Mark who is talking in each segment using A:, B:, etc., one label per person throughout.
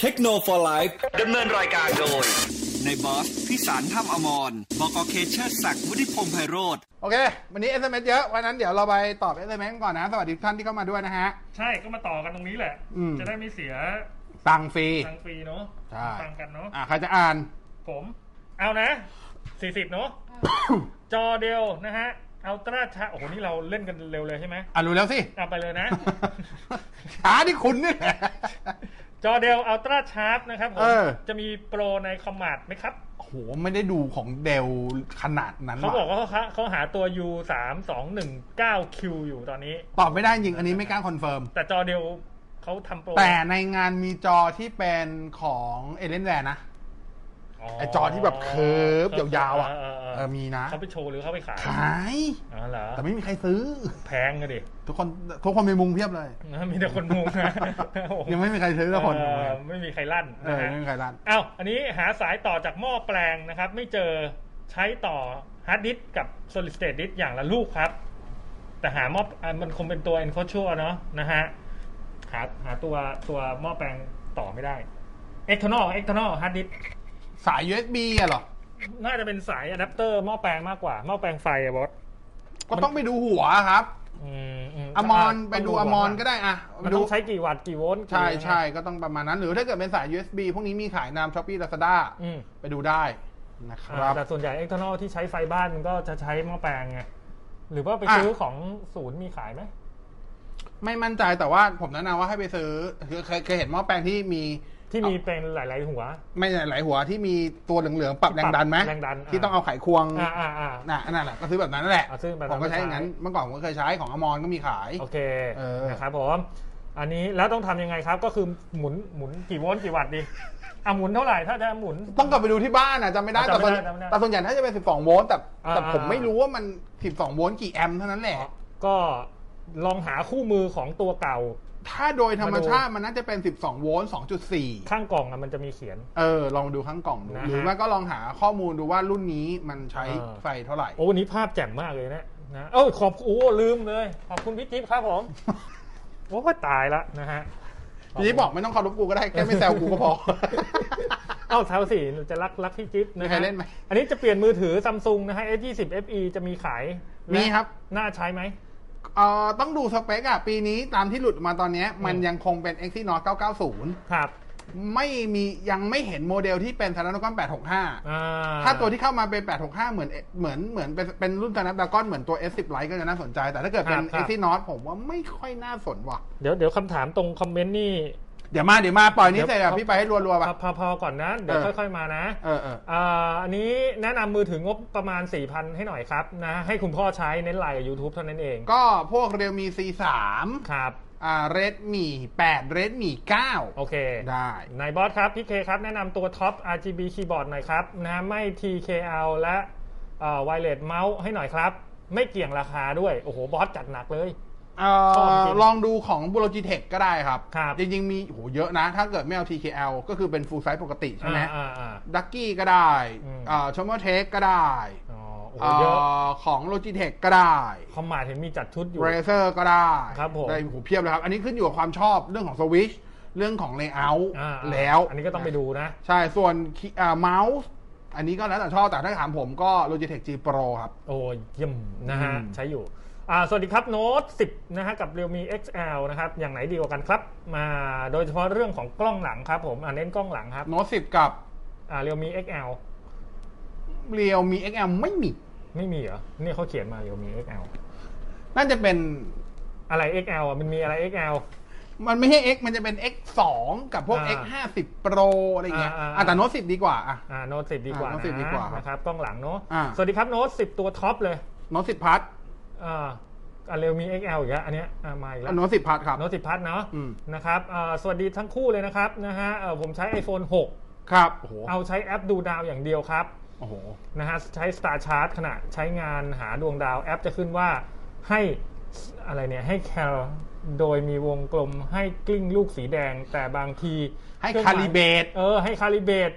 A: เทคโนโลยีไลฟ์
B: ดำเนินรายการโดย
A: ในบอสพิสารถ้ำอมรบกเคเชอร์ศักดิ์วุฒิพงษ์ไพโรธ
C: โอเค วันนี้ SMS เยอะ วันนั้นเดี๋ยวเราไปตอบ SMS ก่อนนะ สวัสดีทุกท่านที่เข้ามาด้วยนะฮะ
D: ใช่ก็มาต่อกันตรงนี้แหละ
C: อืม
D: จะได้ไม่เสีย
C: ตังฟรี
D: ทางฟรีเนาะ
C: ใช่
D: ฟังกันเนาะ
C: อ่ะใครจะอ่าน
D: ผม เอานะสี่สิบ เนาะจอเดียวนะฮะอัลตร้าชาโอ้โห นี่เราเล่นกันเร็วเลยใช่ไหม
C: อ่านรู้แล้วสิ
D: เอาไปเลยนะ
C: ช้าที่คุณนี่แหละ
D: จอเดลอัลตร้าชาร์ปนะครับผ
C: เอ
D: ม
C: อ
D: จะมีโปรในคอมมาดไหมครับ
C: โอ้โห ไม่ได้ดูของเดลขนาดนั้น
D: เขาบอก
C: ว่ะ
D: ว่าเขาเขาหาตัว U 3 2 1 9 Q อยู่ตอนนี้
C: ตอบไม่ได้จริง อันนี้ไม่กล้าคอนเฟิร์ม
D: แต่จอเดลเขาทำโปร
C: แต่ในงานมีจอที่เป็นของเอเลนแวร์นะ ไอจอที่แบบเคิร์ฟยาวๆอ่ะ
D: เเ
C: เออมีนะ
D: เขาไปโชว์หรือเขาไปขาย
C: ขาย
D: อ๋อเหรอ
C: แต่ไม่มีใครซื้อ
D: แพงกันดิ
C: ทุกคนทุกคนมีมุงเพียบ เลย
D: มีแต่คนมุงนะโอ้โห
C: ยังไม่มีใครซื้อละคน
D: เออไม่มีใครลั่น
C: เออ
D: นะฮะ
C: ไม่มีใครรัน
D: เอ้าอันนี้หาสายต่อจากหม้อแปลงนะครับ ไม่เจอใช้ต่อฮาร์ดดิสก์กับ solid state disk อย่างละลูกครับ แต่หาหม้ออ่ะมันคงเป็นตัว enclosure เนาะนะฮะหาหาตัวตัวหม้อแปลงต่อไม่ได้ external external hard disk
C: สาย USB อะเหรอ
D: น่าจะเป็นสายอะแดปเตอร์หม้อแปลงมากกว่าหม้อแปลงไฟอะบอส
C: ก็ต้องไปดูหัวครับ
D: อืม
C: อมรไปดูอมรก็ได้อะ
D: มัน
C: ดู
D: ต้องใช้กี่วัตต์กี่โวลต์
C: ใช่
D: กี่
C: ใช่ก็ต้องประมาณนั้น หรือถ้าเกิดเป็นสาย USB พวกนี้มีขายนาม Shopee Lazada
D: อืม
C: ไปดูได้นะครับ
D: แต่ส่วนใหญ่ external ที่ใช้ไฟบ้านมันก็จะใช้หม้อแปลงไง หรือว่าไป
C: อ่ะ
D: ซื้อของศูนย์มีขายไหม
C: ไม่มั่นใจแต่ว่าผมแนะนำว่าให้ไปซื้อคือเคยเคยเห็นหม้อแปลงที่มี
D: ที่มีเป็นหลาย ๆ หัว
C: ไม่หลายหัวที่มีตัวเหลืองๆปรับแรงดันไหม
D: แรงดันอ่ะ
C: ที่ต้องเอาไขควง
D: อ่าอ่าอ่า
C: น่ะนั่นแหละก็ซื้อแบบนั้นแหละ
D: อ่ะซื้อแบบนั้น
C: ผมก็ใช้อย่างนั้นเมื่อก่อนผมก็เคยใช้ของอมรก็มีขาย
D: โอเค
C: เออ
D: นะครับผม อันนี้แล้วต้องทำยังไงครับก็คือหมุนหมุนกี่โวลต์กี่วัตต์ดีอ่ะหมุนเท่าไหร่ถ้าจะหมุน
C: ต้องกลับไปดูที่บ้านอ่ะจำไม่ได้
D: อ่ะ
C: แต่
D: จำไม่
C: ส่วน
D: ได้จำไม่ได้
C: แต่ส่วนใหญ่ถ้าจะเป็น 12 โวลต์แต่
D: อ่า
C: แต่ผม
D: อ่า
C: ไม่รู้ว่ามัน 12 โวลต์กี่แอมป์เท่านั้นแหละ
D: ก็ลองหาคู่มือของตัวเก่า
C: ถ้าโดยธรรมชาติมันน่าจะเป็น 12 โวลต์ 2.4
D: ข้างกล่องอะมันจะมีเขียน
C: เออ ลองดูข้างกล่องดู
D: นะฮะ
C: หรือว่าก็ลองหาข้อมูลดูว่ารุ่นนี้มันใช้
D: เออ
C: ไฟเท่าไหร่
D: โอ้วันนี้ภาพแจ่มมากเลยนะนะเอ้าขอบโอ้ลืมเลย ขอบคุณพี่จิ๊บครับผม โอ้ยตายละนะฮะ
C: พี่นี่บอกไม่ต้องเคารพกูก็ได้ แค่ไม่แซวกูก็พ อ
D: เอ้าแถวสี่จะรักรักพี่จิ๊บนะ
C: มีใครเล่นไหม
D: อันนี้จะเปลี่ยนมือถือซัมซุงนะฮะ S 2 0 FE จะมีขาย
C: มีครับ
D: น่าใช้ไหม
C: เอ่อต้องดูสเปคอะปีนี้ตามที่หลุดมาตอนเนี้ยมันยังคงเป็น Exynos 990
D: ครับ
C: ไม่มียังไม่เห็นโมเดลที่เป็น Snapdragon 865
D: อ่า
C: ถ้าตัวที่เข้ามาเป็น 865 เหมือน เหมือน เหมือนเป็นเป็นรุ่น Snapdragon เหมือนตัว S10 Lite ก็จะน่าสนใจ แต่ถ้าเกิดเป็น Exynos ผมว่าไม่ค่อยน่าสนว่ะ
D: เดี๋ยวเดี๋ยวคำถามตรงคอมเมนต์นี่
C: เดี๋ยวมา เดี๋ยวมา ปล่อยนี้
D: เดี๋ยว
C: เสร็จแล้วพี่ไปให้รัวๆ
D: พอ
C: ป่ะ
D: พอพอก่อนนะ เดี๋ยว
C: เออ
D: ค่อยๆมานะ
C: เออเออ
D: อ่าอันนี้แนะนำมือถืองบประมาณ 4,000 ให้หน่อยครับนะ ให้คุณพ่อใช้เน้นไลน์กับ YouTube เท่านั้นเอง
C: ก็พวก Realme C3
D: ครับ
C: อ่า Redmi 8 Redmi
D: โอเค
C: 9 ได้
D: นายบอสครับ พี่เคครับ แนะนำตัวท็อป RGB คีย์บอร์ดหน่อยครับนะไม่ TKL และไวเลสเมาส์ให้หน่อยครับ ไม่เกี่ยงราคาด้วย โอ้โห บอสจัดหนักเลย
C: เอ่
D: ชอบ
C: อ
D: จริง
C: ลองดูของ b u l o g i t e c h ก็ได้ครับ
D: ครับ
C: จริง ๆ มีโหเยอะนะ ถ้าเกิดไม่เอา TKL ก็คือเป็น full size ปกติใช่ไหม
D: อ่าอ่า
C: ดักกี้ก็ได้
D: อืม
C: อ่าชมเมอร์เทคก็ได้
D: อ๋อโอ้โห
C: อ่
D: เยอะ
C: าของ Logitech ก็ได้
D: คอมมาเห็นมีจัดชุดอยู่
C: เรเซอร์ก็ได้
D: ครับผม
C: ได้หูเพียบเลยครับ อันนี้ขึ้นอยู่กับความชอบเรื่องของสวิชเรื่องของเลเยอร์
D: อ่าอ่า
C: แล้ว
D: อันนี้ก็ต้องไปดูนะ
C: ใช่ ส่วนคีอ่าเมาส์อันนี้ก็แล้วแต่ชอบ แต่ถ้าถามผมก็ Logitech G Pro ครับ
D: โอ้ยเยี่ยมนะฮะ
C: อืม
D: ใช้อยู่อ่าสวัสดีครับโน้ต10 นะฮะ กับ Realme XL นะครับ อย่างไหนดีกว่ากันครับมาโดยเฉพาะเรื่องของกล้องหลังครับผมอ่าเน้นกล้องหลังครับ
C: Note 10 กับ
D: อ่า Realme XL
C: Realme XL ไม่มี
D: ไม่มีเหรอเนี่ยเขาเขียนมา Realme XL
C: น่าจะเป็น
D: อะไร XL อ่ะมันมีอะไร XL
C: มันไม่ใช่ X มันจะเป็น X 2กับพวก
D: อ่า
C: X 5 0 Pro อะไรอย่างเงี้ย
D: อ่าอ่า
C: อ่ะแต่ Note 10 ดีกว่าอ่ะ
D: อ่าโน้ตสิบดีกว่า
C: อ่า Note
D: นะ
C: 10ดีกว่าครับ
D: นะครับกล้องหลังเนาะ
C: อ่า
D: สวัสดีครับโน้ตสิบตัวท็อปเลย
C: โน้ต10พัท
D: อ่าอ่า Realme XL อีกแล้วอันเนี้ยอ่ามาอีกแล้ว
C: โน้ต10พัทครับ
D: โน้ตสิบพัทเนาะ
C: อืม
D: นะครับอ่าสวัสดีทั้งคู่เลยนะครับนะฮะเอ่อผมใช้ iPhone 6
C: ครับโอ้โห
D: เอาใช้แอปดูดาวอย่างเดียวครับ
C: โอ้โห
D: นะฮะใช้ Star Chart ขณะใช้งานหาดวงดาวแอปจะขึ้นว่าให้อะไรเนี่ยให้แคลโดยมีวงกลมให้กลิ้งลูกสีแดง แต่บางที
C: ให้
D: อง
C: คาย ลิเบรต
D: เออให้คาลิเบต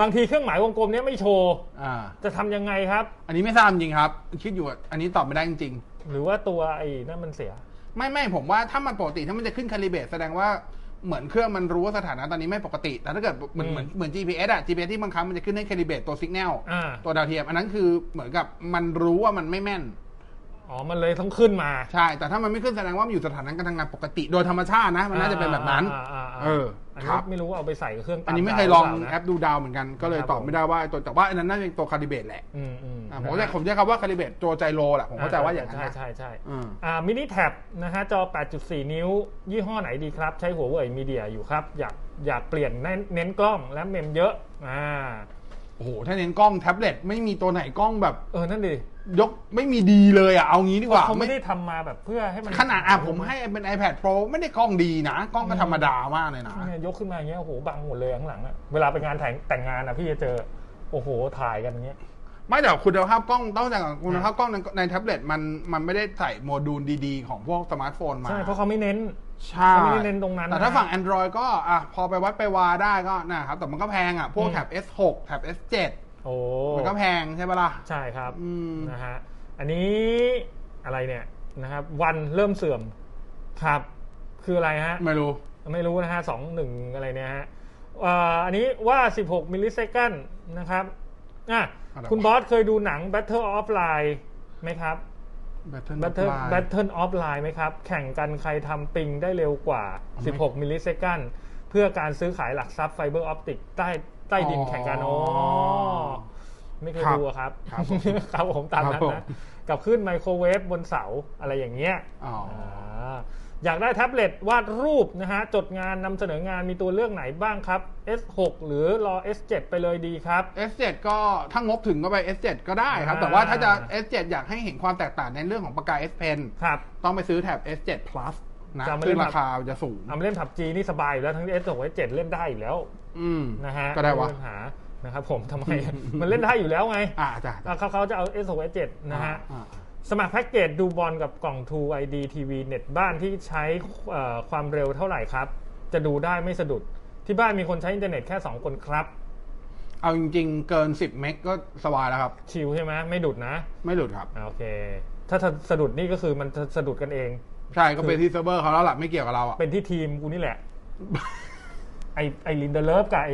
D: บางทีเครื่องหมายวงกลมเนี้ยไม่โชว์
C: อ่า
D: จะทำยังไงครับ
C: อันนี้ไม่ทราบจริงครับ คิดอยู่ว่าอันนี้ตอบไม่ได้จริง
D: หรือว่าตัวไอ้นั่นมันเสีย
C: ไม่ไม่ผมว่าถ้ามันปกติถ้ามันจะขึ้นคาลิเบตแสดงว่า เหมือนเครื่องมันรู้ว่าสถานะตอนนี้ไม่ปกติ แต่ถ้าเกิดเหมือนเหมือนเหมือน GPS อะ GPS ที่บางครั้งมันจะขึ้นให้ calibrate ตัว signal
D: อ่า
C: ตัวดาวเทียม อันนั้นคือเหมือนกับมันรู้ว่ามันไม่แม่น
D: อ๋อมันเลยต้องขึ้นมา
C: ใช่ แต่ถ้ามันไม่ขึ้นแสดงว่ามันอยู่สถานะการทำงานปกติ โดยธรรมชาตินะ มันน่าจะเป็นแบบนั้น
D: าาา
C: เออ
D: อัน
C: ครั
D: นี้
C: บ
D: ไม่รู้ว่าเอาไปใส่กับเครื่องตา
C: อันนี้ไม่เคยลอง
D: ดาวหรื
C: แอ
D: เปานะ
C: ปดูดาวเหมือนกัน ก็เลย
D: ครับ
C: ตอบไม่ได้ว่าไอ้ตัวแต่ว่าอันนั้นน่าจะเป็นตัว calibrate แหละ
D: อืมอืม
C: อ่าผมเข้าใจผมใช้คำว่า calibrate ตัวใจโลแหละผมเข้าใจว่าอย่างนั้น
D: ใช่
C: นะ
D: ใช่ใช่
C: อืม
D: อ่ามินิแท็บนะฮะจอ 8.4 นิ้ว ยี่ห้อไหนดีครับ ใช้หัวเว่ยมีเดียอยู่ครับ อยากอยากเปลี่ยนเน้นเน้นกล้องและเมมเยอะอ่า
C: โอ้โหถ้าเน้นกล้องแท็บเล็ตไม่มีตัวไหนกล้องแบบ
D: เออนั่นดิ
C: ยกไม่มีดีเลยอ่ะเอางี้ดีกว่า
D: เขาไม่
C: ไม่
D: ได้ทำมาแบบเพื่อให้มัน
C: ขนาดอ่ะผมให้เป็น iPad Pro ไม่ได้กล้องดีนะ กล้องก็ธรรมดามากเลยนะ
D: เนี่ยยกขึ้นมาอย่างเงี้ยโอ้โหบังหมดเลยข้างหลังอะเวลาไปงานแต่งแต่งงานอะพี่จะเจอโอ้โหถ่ายกันอย่างเงี้ย
C: ไม่แต่คุณภาพกล้องต้องจากก่อนคุณภาพกล้องในในแท็บเล็ตมันมันไม่ได้ใส่โมดูลดีๆ ของพวกสมาร์ทโฟนมา
D: ใช่เพราะเขาไม่เน้น
C: ใช่
D: เขาไม่ได้เน้นตรงนั้น
C: แต่ถ้า
D: นะ
C: ฝั่ง Android ก็อ่ะพอไปวัดไปวาได้ก็นะครับ แต่มันก็แพงอ่ะ พวก
D: อืม
C: แท็บ S6 แท็บ S7
D: โอ้
C: มันก็แพงใช่ปะล่ะ
D: ใช่ครับ
C: อืม
D: นะฮะ อันนี้อะไรเนี่ยนะครับวันเริ่มเสื่อมครับ คืออะไรฮะ
C: ไม่รู้
D: ไม่รู้นะฮะสองหนึ่งอะไรเนี่ยฮะเอ่ออันนี้ว่า 16 มิลลิเซคันนะครับอ่ะ
C: อะไรวะ
D: คุณบอสเคยดูหนัง Battle of Line ไหมครับ
C: Battle
D: Battle
C: Line
D: Battle of Line ไหมครับ แข่งกันใครทำปิงได้เร็วกว่า 16 มิลลิเซคันเพื่อการซื้อขายหลักทรัพย์ไฟเบอร์ออปติกใต้ใต้ดินแข่งกัน
C: อ๋
D: โอ้
C: อ
D: ไม่เคย
C: ครับ
D: ดูอะครับ
C: ครับผม
D: ครับผมตาม
C: ค
D: นั้
C: รั
D: น
C: บผม
D: นะ กับขึ้นไมโครเวฟบนเสาอะไรอย่างเงี้ย
C: อ๋อ
D: อาอยากได้แท็บเล็ตวาดรูปนะฮะ จดงานนำเสนองานมีตัวเลือกไหนบ้างครับ S6 หรือรอ S7 ไปเลยดีครับ
C: อ S7 ก็ถ้างบถึงก็ไป S7 ก็ได้ครับ แต่ว่าถ้าจะ S7 อยากให้เห็นความแตกต่างในเรื่องของปากกา S Pen
D: ครับ
C: ต้องไปซื้อแท็บ S7 Plus นะ
D: จำไม่ได้
C: ซึ่งราคาจะสูง
D: ทำเล่นผับจีนี่สบายอยู่แล้วทั้ง S6 และ S7 เล่นได้อยู่แล้ว
C: อืม
D: นะฮะ
C: ก็ได้วะ
D: ม่มีปัญหานะครับผมทำไม มันเล่นได้อยู่แล้วไง
C: อ่าจ้ะ
D: อ่ะเขาเขาจะเอา S6 S7 นะฮะ
C: อ่า
D: สมัครแพ็กเกจดูบอลกับกล่อง True ID TV เน็ตบ้านที่ใช้เอ่อความเร็วเท่าไหร่ครับ จะดูได้ไม่สะดุดที่บ้านมีคนใช้อินเทอร์เน็ตแค่สองคนครับ
C: เอาจริงๆ เกิน 10 เมกก็สบายแล้วครับ
D: ชิลใช่ไหมไม่ดุดนะ
C: ไม่หลุดครับ
D: อ่าโอเค ถ้าสะดุดนี่ก็คือมันสะดุดกันเอง
C: ใช่ก็เป็นที่เซิร์ฟเวอร์เขาแล้วล่ะไม่เกี่ยวกับเราอ่ะ
D: เป็นที่ทีมกู นี่แหละ ไอไอลินเดอร์เลฟกับไอ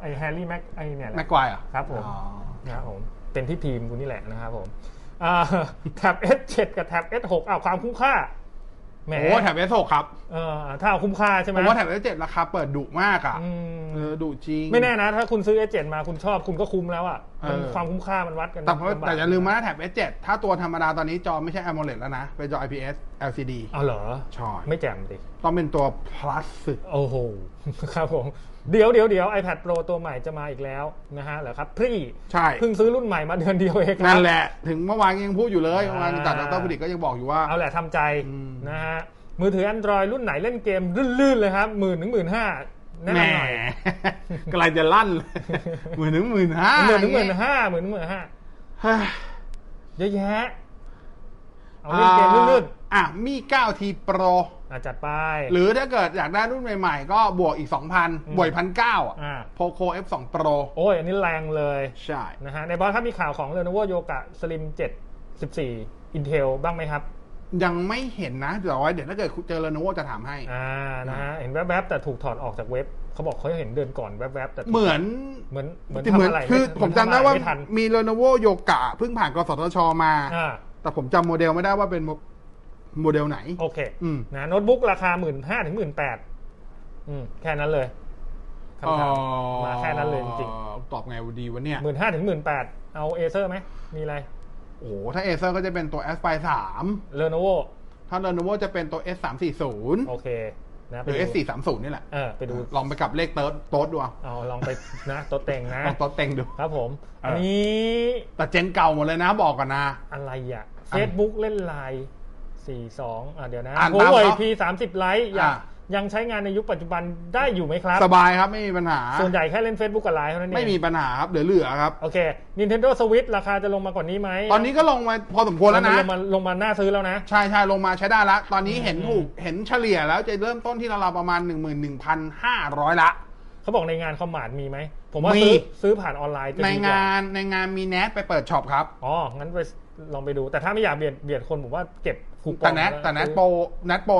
D: ไอแฮร์รี่แม็กไอเนี่ยแหละ
C: แม็กควายอ่ะ
D: ครับผม
C: อ๋อ
D: ครับผม เป็นที่ทีมกูนี่แหละนะครับผมอ่า แท็บ S7 กับแท็บ S6 อ้าวความคุ้มค่าแหม
C: โอ้โหแถบ S6 ครับ
D: เออถ้าเอาคุ้มค่าใช่ไห
C: ผม มว่าแถบ S7 ราคาเปิดดุมากอ่ะ
D: อืม
C: เออดุจริง
D: ไม่แน่นะ ถ้าคุณซื้อ S7 มาคุณชอบคุณก็คุ้มแล้วอ่ะมัน
C: เออ
D: ความคุ้มค่ามันวัดกัน
C: แต่เพราะ
D: ลำบก
C: แต่อย่าลืมมาแถบ S7 ถ้าตัวธรรมดาตอนนี้จอไม่ใช่ AMOLED แล้วนะ เป็นจอ IPS LCD
D: เอาเหรอ
C: ใช่
D: ไม่แจ่มดิ
C: ต้องเป็นตัว plus สึก
D: โอ้โห ครับผม เดี๋ยวเดี๋ยวเดี๋ยว iPad Pro ตัวใหม่จะมาอีกแล้วนะฮะเหรอครับพี่
C: ใช่
D: เพิ่งซื้อรุ่นใหม่มาเดือนเดียวเองครับ
C: นั่นแหละ ถึงเมื่อวานยังพูดอยู่เลย
D: อ่า
C: เมื่อวานตัดดรผลิตก็ยังบอกอยู่ว่า
D: เอาแหละทำใจ
C: อืม
D: นะฮะ มือถือ Android รุ่นไหนเล่นเกมลื่นๆเลยครับหมื่นถึงหมื่นห้าแน่
C: แห
D: น
C: ม
D: อนหน่อย
C: กำลังจะลั่นเลยหมื่นถึงหมื่นห้า
D: หมื่นถึงหมื่นห้าหมื่นถึงหมื่นห้า
C: เฮ้ย
D: เยอะแยะ เอาเล่นเกมลื่น
C: อ่ะมี9 t Pro
D: ๆอ่ะจัดไป
C: หรือถ้าเกิดอยากได้รุ่นใหม่ๆ ก็บวกอีก 2,000 บวกพันเก้าอ่ะ
D: อ่า
C: Poco F2 Pro
D: โอ้ยอันนี้แรงเลย
C: ใช่
D: นะฮะในบอสครับมีข่าวของ Lenovo Yoga Slim 7 14 Intel บ้างไหมครับ
C: ยังไม่เห็นนะ แต่ว่าเดี๋ยวถ้าเกิดเจอ Lenovo จะถามให้
D: อ่านะฮะเห็นแวบๆแต่ถูกถอดออกจากเว็บ เขาบอกเขาเห็นเดือนก่อนแวบๆแต่ถูก
C: เหมือน
D: เหมือนเหมือน
C: เหมือ
D: ทำ
C: น
D: อะไร
C: คือผมจำได้ว่า
D: ไม่ทัน
C: มี Lenovo Yoga เพิ่งผ่านกสทชมา
D: อ่า
C: แต่ผมจำโมเดลไม่ได้ว่าเป็นโมโมเดลไหน
D: โอเค
C: อืม
D: นะโน้ตบุ๊กราคาหมื่นห้าถึงหมื่นแปดอืมแค่นั้นเลยคำถามมาแค่นั้นเลยจริง
C: ๆตอบไงดีวะเนี่ย
D: ๆหมื่นห้าถึงหมื่นแปดเอาเอเซอร์ไหมมีอะไร
C: โอ้โหถ้า Acer ก็จะเป็นตัว Aspire 3
D: เ e โนโว
C: ถ้า Lenovo จะเป็นตัว S340
D: โอเคนะ
C: หรือ
D: ไปดู
C: S430 นี่แหละ
D: เออไปดู
C: ลองไปกลับเลขเติร์ดโต๊ดดูเอา
D: เอาลองไปนะโต๊ะเต็งนะ
C: ลองโต๊ดเต็งดู
D: ครับผม
C: เอออั
D: อันนี้
C: แต่เจนเก่าหมดเลยนะบอกก่อนนะ
D: อะไรอ่ะ
C: อั
D: เฟ
C: น
D: ซบุ๊กเล่นไลน์สี่สองอ่ะเดี๋ยวนะ
C: อ่าน
D: หัว
C: ตาม
D: เว่ย
C: เขา
D: พีสามสิบไลท์
C: อ่า
D: ยังใช้งานในยุคปัจจุบันได้อยู่ไหมครับ
C: สบายครับไม่มีปัญหา
D: ส่วนใหญ่แค่เล่น Facebook กับไลน์เท่านั้นเอง
C: ไม่มีปัญหาครับเหลือๆครับ
D: โอเค Nintendo Switch ราคาจะลงมากว่านี้ไหม
C: ตอนนี้ก็ลงมาพอสมควรแล้วนะ
D: ลงมาลงมาหน้าซื้อแล้วนะ
C: ใช่ใช่ลงมาใช้ได้ละตอนนี้เห็นถูกเห็นเฉลี่ยแล้วจะเริ่มต้นที่ราวๆประมาณ 11,500 ละ
D: เขาบอกในงานคอมมาร์ดมีไหม ผมว่า
C: มี
D: ซื้อซื้อผ่านออนไลน์จะ
C: ใน
D: ดีกว่าง
C: านในงานมีแนทไปเปิดช็อปครับ
D: อ๋อ งั้นไปลองไปดู แต่ถ้าไม่อยากเบียดเบียดคนผมว่าเก็บ คูปอง
C: แต่แนทแต่แนทโปร
D: อ
C: แนทโปร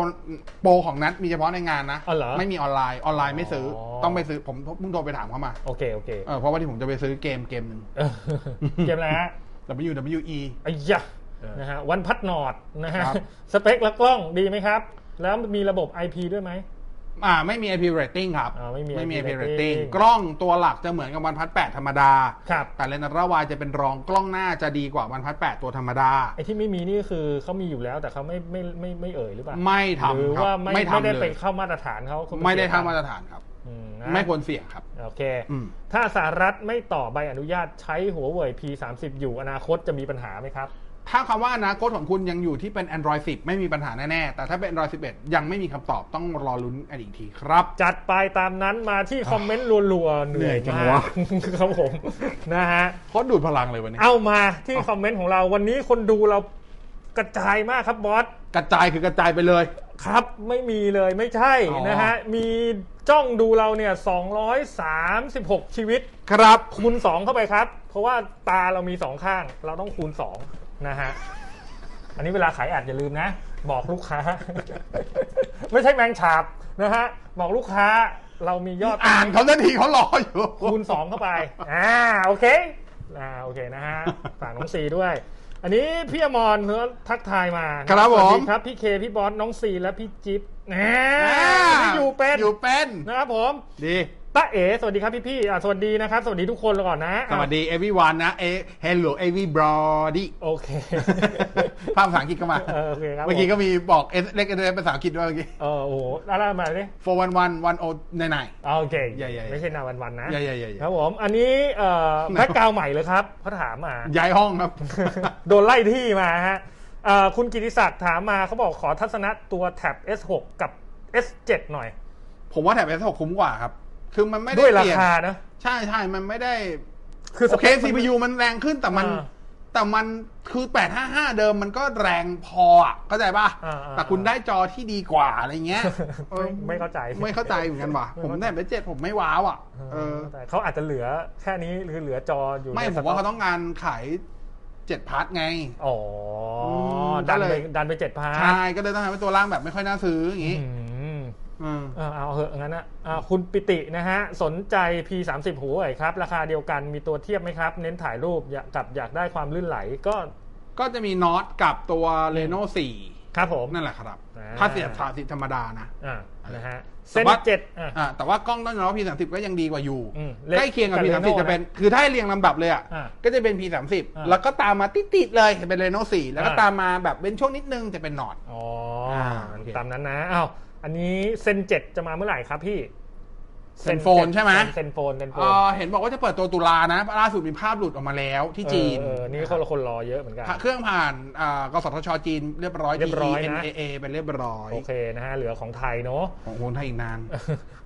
C: โปรของแนทมีเฉพาะในงานนะ
D: อ๋อเหรอ
C: ไม่มีออนไลน์ออนไลน์ไม่ซื้ออ
D: อ
C: ต้องไปซื้อผมผมเพิ่งโทรไปถามเขามา
D: โอเค โอเค
C: เออเพราะว่าที่ผมจะไปซื้อเกมเกมหนึ่ง
D: เออเกมแล้วฮะ
C: WWE
D: ไอ้ยะ
C: เออ
D: นะฮะวันพัดนอดนะฮะ
C: ครับ
D: สเปคและกล้องดีไหมครับ แล้วมีระบบ IP ด้วยไหม
C: อ่าไม่มี IP rating ครับ
D: อ่าไม่มี
C: ไม่มี
D: IP
C: IP rating
D: rating
C: กล้องตัวหลักจะเหมือนกับวันพัดแปดธรรมดา
D: ครับ
C: แต่เลนส์ระวายจะเป็นรองกล้องหน้าจะดีกว่าวันพัดแปดตัวธรรมดา
D: ไอ้ที่ไม่มีนี่คือเขามีอยู่แล้วแต่เขาไม่ไม่ไม่ไม่เอ่ยหรือเปล่า
C: ไม่
D: หรือ
C: ทำครับ
D: ว่าไม่
C: ไม่
D: ไม่
C: ทำ
D: ได้
C: เล
D: ไป
C: ย
D: เข้ามาตรฐานเขาคุณ
C: ไม่ได้
D: เสีย
C: ทำมาตรฐานครับ
D: อืมนะ
C: ไม่ควรเสี่ยงครับ
D: โอเค
C: อืม
D: ถ้าสหรัฐไม่ต่อใบอนุญาตใช้หัวเว่ย P30 อยู่อนาคตจะมีปัญหาไหมครับ
C: ถ้าคำว่าอนาคตของคุณยังอยู่ที่เป็น Android 10 ไม่มีปัญหาแน่ ๆ แต่ถ้าเป็น Android 11 ยังไม่มีคำตอบต้องรอลุ้นกันอีกทีครับ
D: จัดไปตามนั้นมาที่คอมเมนต์รัวๆ เหนื่อย
C: เหนื่อยจัง
D: มาว
C: ะ
D: ก ครับผมนะฮะ
C: โคตรดูดพลังเลยวันนี้
D: เอามาที่คอมเมนต์ของเราวันนี้คนดูเรากระจายมากครับบอส
C: กระจายคือกระจายไปเลย
D: ครับไม่มีเลยไม่ใช่
C: อ๋อ
D: นะฮะ มีจ้องดูเราเนี่ย 236 ชีวิต
C: ครับ
D: คูณ 2 เข้าไปครับ เพราะว่าตาเรามี 2 ข้าง เราต้องคูณ 2 นะฮะ อันนี้เวลาขายแอดอย่าลืมนะ บอกลูกค้า ไม่ใช่แมงฉาบนะฮะ บอกลูกค้าเรามียอด
C: อ่านเขาทันทีเขารออยู่
D: คูณ 2 เข้าไป อ่า โอเค อ่า โอเคนะฮะ ฝากน้องซีด้วย อันนี้พี่อมรเขาทักทายมา
C: ครับผม
D: สวัสดีครับ พี่เค พี่บอส น้องซี และพี่จิ๊บแหมวันนี่อยู่เป็น
C: อยู่เป็น
D: นะครับผม
C: ดี
D: ป้าเอ๋ สวัสดีครับพี่พี่าสวัสดีนะครับ สวัสดีทุกคนก่อนนะ
C: สวัสดี everyone นะเอ hello everybody
D: โอเค
C: ภาพภาษาอังกฤษก็มา
D: เออโอเคครับ
C: เมื่อกี้ก็มีบอก S เล็กเป็นภาษาอังกฤษด้วยเมื่อกี้
D: เออโอ้โหอะไรมาดิ
C: 411 10 9 9
D: โอเค
C: ใหญ่ๆ
D: ไม่ใช่นาวันวันๆนะ
C: ใหญ่ๆๆๆ
D: ครับผม อันนี้เอ่อแบ็กกราวใหม่เลยครับเขาถามมา
C: ย้ายห้องครับ
D: โดนไล่ที่มาฮะเอ่อคุณกิติศักดิ์ถามมาเขาบอกขอทัศนะตัวแท็บ S6 กับ S7 หน่อย
C: ผมว่าแถบ S6 คุ้มกว่าครับ คือมันไม่ได้
D: ด้วยรา
C: เปลี่ยน
D: คานะ
C: ใช่ใช่มันไม่ได้
D: คือส
C: โอเค
D: ปมัน
C: CPU มันแรงขึ้นแต่มัน
D: อ่า
C: แต่มันคือ 855 เดิมมันก็แรงพออ่ะเข้าใจป่ะ
D: อ่าๆ
C: แต่คุณได้จอที่ดีกว่าอะไรเงี้ย
D: ไม่ไม่เข้าใจ
C: ไม่เข้าใจเหมือนกันว่ะ
D: ไม่
C: ผม
D: เข้าใจ
C: แต่ไปเจ็ดผมไม่ว้าวอ่ะ เออ
D: แต่เขาอาจจะเหลือแค่นี้หรือเหลือจออยู่
C: ไม่
D: ใน
C: ผ
D: ส
C: ม
D: ต็
C: ว่า
D: อก
C: เขาต้องการขายเจ็ดพาร์ทไง
D: อ๋ออ
C: ม
D: ดัน
C: ก็
D: ไป
C: เลย
D: ดันไปเจ็ดพัน
C: ใช่ก็เลยต้องทำให้ตัวล่างแบบไม่ค่อยน่าซื้ออย่างงี้อืม
D: เอาเอาเหอะงั้นนะอ่าคุณปิตินะฮะ สนใจ P30 หูเอ่ยครับ ราคาเดียวกันมีตัวเทียบไหมครับ เน้นถ่ายรูปอยากกับอยากได้ความลื่นไหลก็
C: ก็จะมีน็อตกับตัวเรโน่สี่
D: ครับผม
C: นั่นแหละครับ
D: อ่า
C: ถ้าเสียบสาสิธรรมดานะ
D: อ่านะฮะเซ
C: แต่
D: น
C: ว่า
D: เจ็ดอ่า
C: อ่าแต่ว่ากล้องต้องยอมรับพีสามสิบก็ยังดีกว่าอยู่
D: อืม
C: ใกล้เคียงกับ
D: เล็
C: พี
D: ก
C: สามสิบ
D: กับ Reno
C: จะเป็น คือถ้าให้เรียงลำดับเลยอ่ะ
D: อ่า
C: ก็จะเป็นพีสามสิบ
D: อ่า
C: แล้วก็ตามมาติดๆเลยเป็นเรโน่สี่แล้วก็
D: อ่า
C: ตามมาแบบเป็นช่วงนิดนึงจะเป็นนอด
D: อ๋อ
C: อ่า
D: มัน
C: โอเค
D: ตามนั้นนะอ้าวอันนี้เซนเจ็ดจะมาเมื่อไหร่ครับพี่
C: Zen โฟนใช่ไหม
D: เซนโฟนเซนโฟ
C: เอน อเห็นบอกว่าจะเปิดตัวตุลานะ ล่าสุดมีภาพหลุดออกมาแล้วที่จีน
D: เออเออนี่คนละคนรอเยอะเหมือนกัน
C: เครื่องผ่านอ่ากสทชจีนเรียบร้อย
D: เรียบร้อย
C: TE
D: นะ
C: NAA เป็นเรียบร้อย
D: โอเคนะฮะ เหลือของไทยเนาะ
C: ของคนไทยอีกนาน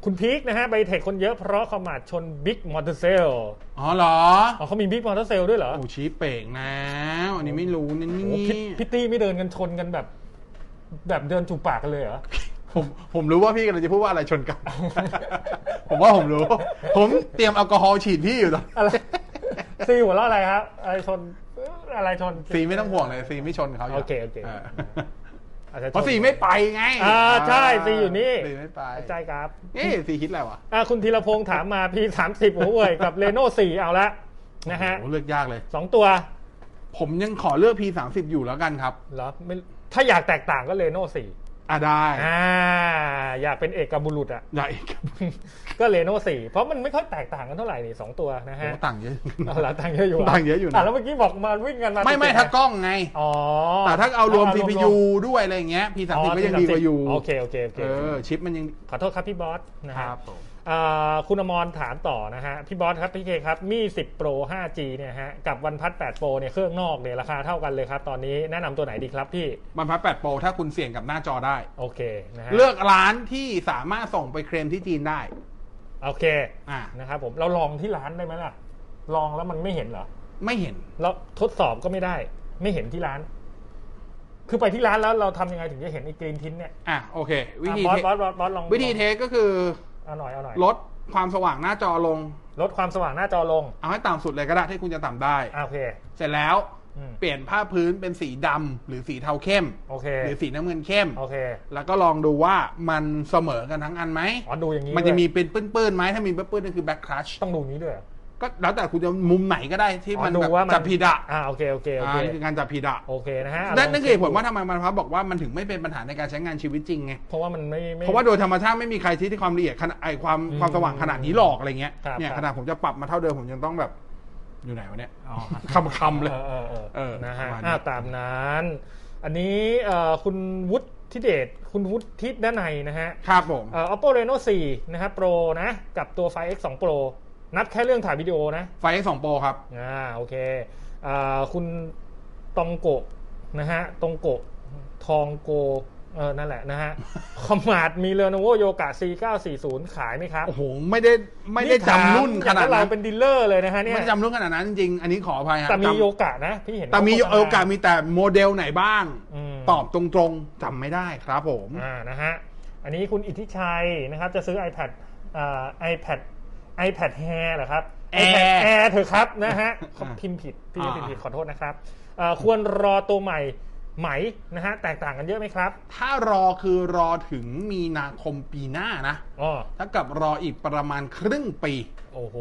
D: คุณพีคนะฮะ ไปเทคคนเยอะเพราะเขามาชนบิ๊กมอเตอร์เซล
C: อ๋อเหรอ
D: อ๋อเขามีบิ๊กมอเตอร์เซลด้วยเหรอ
C: โอ้ชี้เป่งนะอันนี้ไม่รู้นะ
D: โอ้
C: นี่
D: โหพิตพิตตี้ไม่เดินกันชนกันแบบ แบบเดินจูบปากกันเลยเหรอ
C: ผมผมรู้ว่าพี่กำลังจะพูดว่าอะไรชน กัน ผมว่าผมรู้ ผมเตรียมแอลกอฮอล์ฉีดพี่อยู่ตอน
D: อะไร ซีหัวเราะอะไรครับอะไรชนอะไรชน
C: ซีไม่ต้องห่วงเลยซีไม่ชนเขายู่
D: โอเคโอเค
C: อ
D: อจจะชน
C: เพราะซีไม่ไปไง
D: อ่าใช่ซีอยู่นี่
C: ซีไม่ไป
D: ใจครับ
C: นี่ซีคิดอะไรวะ
D: อ่ะคุณธีรพงษ์ถามมาพี่สามสิบหัวเว่ย กับเรโน่สี่เอาละนะฮะ
C: โอ้โหเลือกยากเลย
D: สองตัว
C: ผมยังขอเลือก P30 อยู่แล้วกันครับ
D: เหรอไม่ถ้าอยากแตกต่างก็เรโน่สี่
C: อ่ะได้
D: อ่า อยากเป็นเอกบุรุษอ่ะ
C: ได้ครับ
D: ก็เรโน่สี่เพราะมันไม่ค่อยแตกต่างกันเท่าไหร่นี่สองตัวนะ
C: โอ้
D: ฮะ
C: ต่างเยอะ
D: เอาละต่างเยอะอยู่
C: ต่างเยอะอยู่นะ
D: แล้วเมื่อกี้บอกมาวิ่งกันมา
C: ไม่ไม่ถ้ากล้องไง
D: อ๋อ
C: แต่ถ้าเอารวม
D: ๆ
C: CPU ด้วยอะไรอย่างเงี้ย P30
D: อ๋อ
C: ก็ยังดีกว่าอยู่
D: โอเคโอเคโอเค
C: เออ ชิปมันยัง
D: ขอโทษครับพี่บอสนะฮะ
C: ผม
D: อ่าคุณอมรถามต่อนะฮะ พี่บอสครับ พี่เคครับ มี 10 Pro 5G เนี่ยฮะ กับวันพัด8 Pro เนี่ยเครื่องนอกเนี่ยราคาเท่ากันเลยครับ ตอนนี้แนะนำตัวไหนดีครับพี่
C: มันพัด8 Pro ถ้าคุณเสี่ยงกับหน้าจอได้
D: โอเคนะฮะ
C: เลือกร้านที่สามารถส่งไปเคลมที่จีนได้
D: โอเค
C: อ่า
D: นะครับผมเราลองที่ร้านได้ไหมล่ะ ลองแล้วมันไม่เห็นเหรอ
C: ไม่เห็น
D: แล้วทดสอบก็ไม่ได้ ไม่เห็นที่ร้าน คือไปที่ร้านแล้วเราทำยังไงถึงจะเห็นไอ้กรีนทินเนี่ย
C: อ่ะ โอเค วิ
D: อ่ะ
C: ธี
D: บอส
C: เท
D: บอสบอสบอสลอง
C: วิธีเทสก็คือ
D: เอาหน่อยเอาหน่อย
C: ลดความสว่างหน้าจอลง
D: ลดความสว่างหน้าจอลง
C: เอาให้ต่ำสุดเลยก็ได้ที่คุณจะต่ำได้
D: อ่ะโอเค
C: เสร็จแล้ว
D: อื อืม
C: เปลี่ยนผ้าพื้นเป็นสีดำหรือสีเทาเข้ม
D: โอเค
C: หรือสีน้ำเงินเข้ม
D: โอเค
C: แล้วก็ลองดูว่ามันเสมอกันทั้งอันไหม
D: อ๋อดูอย่างนี้
C: มันจะ
D: ด้วย
C: มีเป็นปื้นๆไหมถ้ามีปื้นๆนั่นคือแบ็คคลัช
D: ต้องดูอย่างนี้ด้วยเหรอ
C: ก็แล้วแต่คุณจะมุมไหนก็ได้ที่มัน
D: อ๋อดู
C: แบบ
D: ว่ามัน
C: จับผิดอะ
D: อ่าโอเคโอเคโอ
C: อ่า
D: เค
C: นี่คือการจับผิดอะ
D: โอเคนะฮะ
C: นั่นนั่นคือเหตุผลว่าทำไมมันพับบอกว่ามันถึงไม่เป็นปัญหาในการใช้งานชีวิตจริงไง
D: เพราะว่ามันไม่ไม่
C: เพราะว่าโดยธรรมชาติไม่มีใครที่ที่ความละเอียดขนาดไอความ
D: อืม
C: ความสว่างขนาดนี้หรอกอะไรเงี้ย
D: ครับ
C: เนี่ย
D: ครับ
C: ขนาดผมจะปรับมาเท่าเดิมผมยังต้องแบบอยู่ไหนวะเนี่ย
D: อ๋อ
C: คำคำๆเลย
D: เออเออเออ
C: เออ
D: นะฮะ
C: ประมาณนี้
D: อ่าตามนั้น อันนี้เอ่อคุณวุฒิเดชคุณวุฒิด้านในนะฮะ
C: ครับผม
D: เอ่อ oppo reno 4นะฮะ pro นะ กับตัวไฟ x 2 pro นับแค่เรื่องถ่ายวิดีโอนะ
C: ไฟสองโปรครับ
D: อ่าโอเคอ่าคุณตองโกะนะฮะตองโกะทองโกเออนั่นแหละนะ ฮะ คอมมาดมีเรโนโวโยกะ 4940 ขายไหมครับ
C: โอ้โห ไม่ได้ไม่ได้จำรุ่นขนาด
D: อย่งว่เรา
C: นั้น
D: เป็นดีลเลอร์เลยนะฮะเนี่ย
C: ไม่ได้จำรุ่นขนาดนั้นจริงๆอันนี้ขออภัยฮะ
D: แต่มี
C: จำ
D: โยกะนะ พี่เห็น
C: แต่มี
D: ว่
C: เออโอกาส
D: โฆษณ
C: มีแต่โมเดลไหนบ้าง
D: ม
C: ตอบตรงๆจำไม่ได้ครับผม
D: อ่านะฮะอันนี้คุณอิทธิชัยนะครับ จะซื้อ iPad อ่า iPad iPad Air เหรอครับ iPad
C: Air
D: Air เถอะครับนะ ฮะ
C: อ่า
D: พิมพ์ผิด พี่พิมพ์ผิดขอโทษนะครับเอ่อควรรอตัวใหม่ไหมนะฮะแตกต่างกันเยอะไหมครับ
C: ถ้ารอคือรอถึงมีนาคมปีหน้านะ
D: อ๋อ
C: ถ้ากับรออีกประมาณครึ่งปี
D: โอ้โห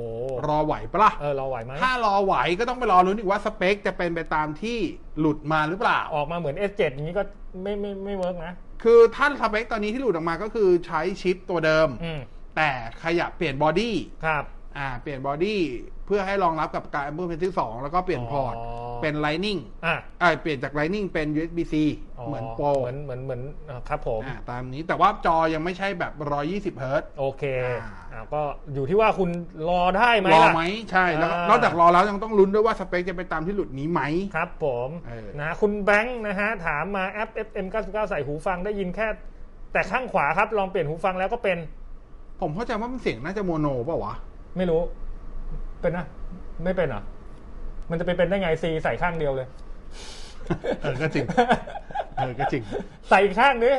C: รอไหวปะล่ะ
D: เออรอไหวไหม
C: ถ้ารอไหวก็ต้องไปรอลุ้นอีกว่าสเปคจะเป็นไปตามที่หลุดมาหรือเปล่า
D: ออกมาเหมือน S7 อย่างนี้ก็ไม่ไม่ไม่เวิร์กนะ
C: คือถ้าสเปคตอนนี้ที่หลุดออกมาก็คือใช้ชิปตัวเดิม
D: อืม
C: แต่ขยับเปลี่ยนบอดี้
D: ครับ
C: อ่า เปลี่ยนบอดี้เพื่อให้รองรับกับการ Apple Pencil 2 แล้วก็เปลี่ยนพอร์ต
D: อ๋อ
C: เป็น Lightning
D: อ่ะ
C: อ่าเปลี่ยนจาก Lightning เป็น USB-C เหมือนโปร
D: เหมือนเหมือนเหมือนอ่ะครับผม
C: อ่าตามนี้แต่ว่าจอยังไม่ใช่แบบ 120เฮิร์ตซ์
D: โอเค
C: อ่า
D: อ่ะก็อยู่ที่ว่าคุณรอได้ไหม
C: รอ
D: ล่ะ
C: ไหมใช่แล้วก็
D: อ่าน น
C: อกจากรอแล้วยังต้องลุ้นด้วยว่าสเปคจะไปตามที่หลุดนี้ไหม
D: ครับผม
C: เออ
D: นะคุณแบงค์นะฮะถามมาแอป FM 99 ใส่หูฟังได้ยินแค่ แต่ข้างขวาครับ ลองเปลี่ยนหูฟังแล้วก็เป็น
C: ผมเข้าใจว่ามันเสียงน่าจะโมโนเปล่าวะ
D: ไม่รู้ เป็นนะ ไม่เป็นเหรอ มันจะไปเป็นได้ไงซีใส่ข้างเดียวเลย
C: เออก็จริง เออก็จริง
D: ใส่อีกข้างนี้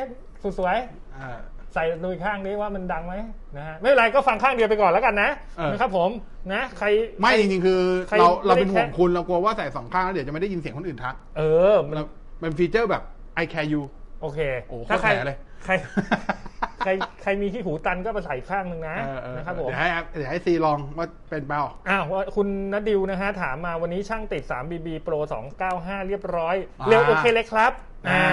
D: สวย
C: อ่า
D: ๆใส่ดูอีกข้างนี้ว่ามันดังไหมนะฮะไม่เป็นไรก็ฟังข้างเดียวไปก่อนแล้วกันนะ
C: เออ
D: นะครับผมนะใคร
C: ไม่จริงๆคือ
D: ใคร
C: เรา
D: ไม่ได้
C: เราเป็นห่วง
D: แค่
C: คุณเรากลัวว่าใส่สองข้างแล้วเดี๋ยวจะไม่ได้ยินเสียงคนอื่นทัก
D: เออมัน
C: เราเป็นฟีเจอร์แบบ I care you
D: โอเค
C: โอ้โห
D: ถ้าใคร
C: โคตรแหน่เลย
D: ใครใครใครมีที่หูตันก็ไปใส่อีกข้างหนึ่งนะ
C: เออเออ
D: นะครับผม
C: เดี๋ยวให้เดี๋ยวให้ซีลองว่าเป็นเปล่า
D: อ้าวคุณนดดิวนะฮะ ถามมาวันนี้ช่างติด 3BB Pro 295 เรียบร้อย เร็วโอเคเลยครับ อ่า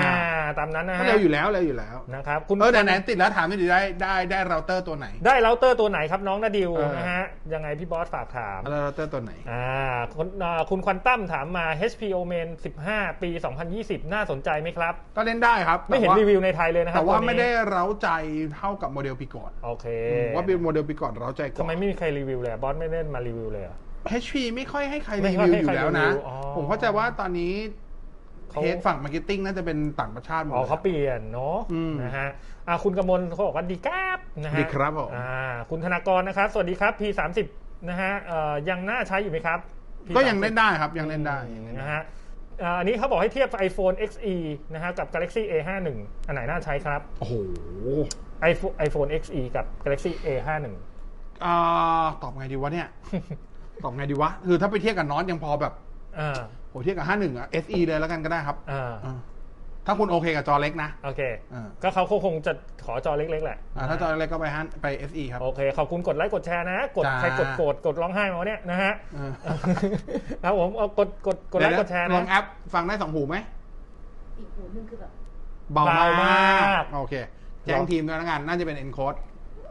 D: ตามนั้นนะ
C: ก็
D: ฮะ
C: เร็วอยู่แล้วเร็วอยู่แล้ว
D: นะครับ คุณ
C: เออไหนไหนติดแล้วถามหน่อยดิได้ได้ได้เราเตอร์ตัวไหน
D: ได้เราเตอร์ตัวไหนครับน้องนดดิว
C: เออ
D: นะฮะ ยังไงพี่บอสฝากถาม
C: ได้เราเตอร์ตัวไหน
D: อ่าคุณอ่าคุณควันตั้มถามมา HP Omen 15 ปี 2020 น่าสนใจไหมครับ
C: ก็เล่นได้ครับ
D: ไม่เห็น
C: แต่า
D: รีวิวในไทยเลยนะครับ
C: แต่ว่า
D: ตันี้
C: ไม่ได้เร้าใจเท่ากับโมเดลปีก่อน
D: โอเค
C: ผมว่าเป็นโมเดลปีก่อนเร้าใจก
D: ทำ
C: ว่า
D: ไมไม่มีใครรีวิวเลยอะบอสไม่เล่นมารีวิวเลยเหรอ
C: HP ไม่ค่อยให้ใคร
D: ไม่
C: รี
D: ค่อย
C: วิว
D: ให้
C: อยู่
D: ใคร
C: แล้วนะ
D: รีวิวอ๋อ
C: ผมเข้าใจว่าตอนนี้
D: เขา
C: เทสฝั่งมาร์เก็ตติ้งน่าจะเป็นต่างประเทศหมด
D: อ๋อ
C: แล้ว
D: เขาเปลี่ยนเนาะ
C: อืม
D: นะฮะอ่าคุณกมลเขาบอกว่าดีครับนะฮะ
C: ดีครับผม
D: อ่าคุณธนากรนะครับสวัสดีครับ P30 นะฮะเอ่อยังน่าใช้อยู่ไหมครับ P30
C: ก็ยังเล่นได้ครับยังเล่นได้ยังเล่นได้
D: นะฮะอ่าอันนี้เขาบอกให้เทียบ iPhone XE นะฮะกับ Galaxy A51 อันไหนน่าใช้ครับ
C: โอ้โห
D: iPhone iPhone XE กับ Galaxy A51
C: อ่าตอบไงดีวะเนี่ย ตอบไงดีวะ คือถ้าไปเทียบกับน็อตยังพอแบบ
D: อ่า
C: โหเทียบกับ 51 อ่ะ SE เลยแล้วกันก็ได้ครับ
D: อ่า
C: อ่าถ้าคุณโอเคกับจอเล็กนะ
D: โอเค
C: อ่า
D: ก็เขาคงจะขอจอเล็กๆแหละ
C: อ่าถ้าจอเล็กก็ไปฮันไป SE ครับ
D: โอเค ขอบคุณกดไลค์กดแชร์นะ กด
C: จ้า
D: ใครกดโกรธกดร้องไห้มาวะเนี่ยนะ ฮะ
C: อ่า
D: ครับผมเอากดกดกดไลค์กดแชร์
C: เยวลองแอ
D: นะ
C: ปฟังได้สองหูไหม
B: อีกหูหนึงคือแบบ
C: เบามาก
D: เบามาก
C: โอเค แจ้งทีมด้วยแล้วกันน่าจะเป็น encode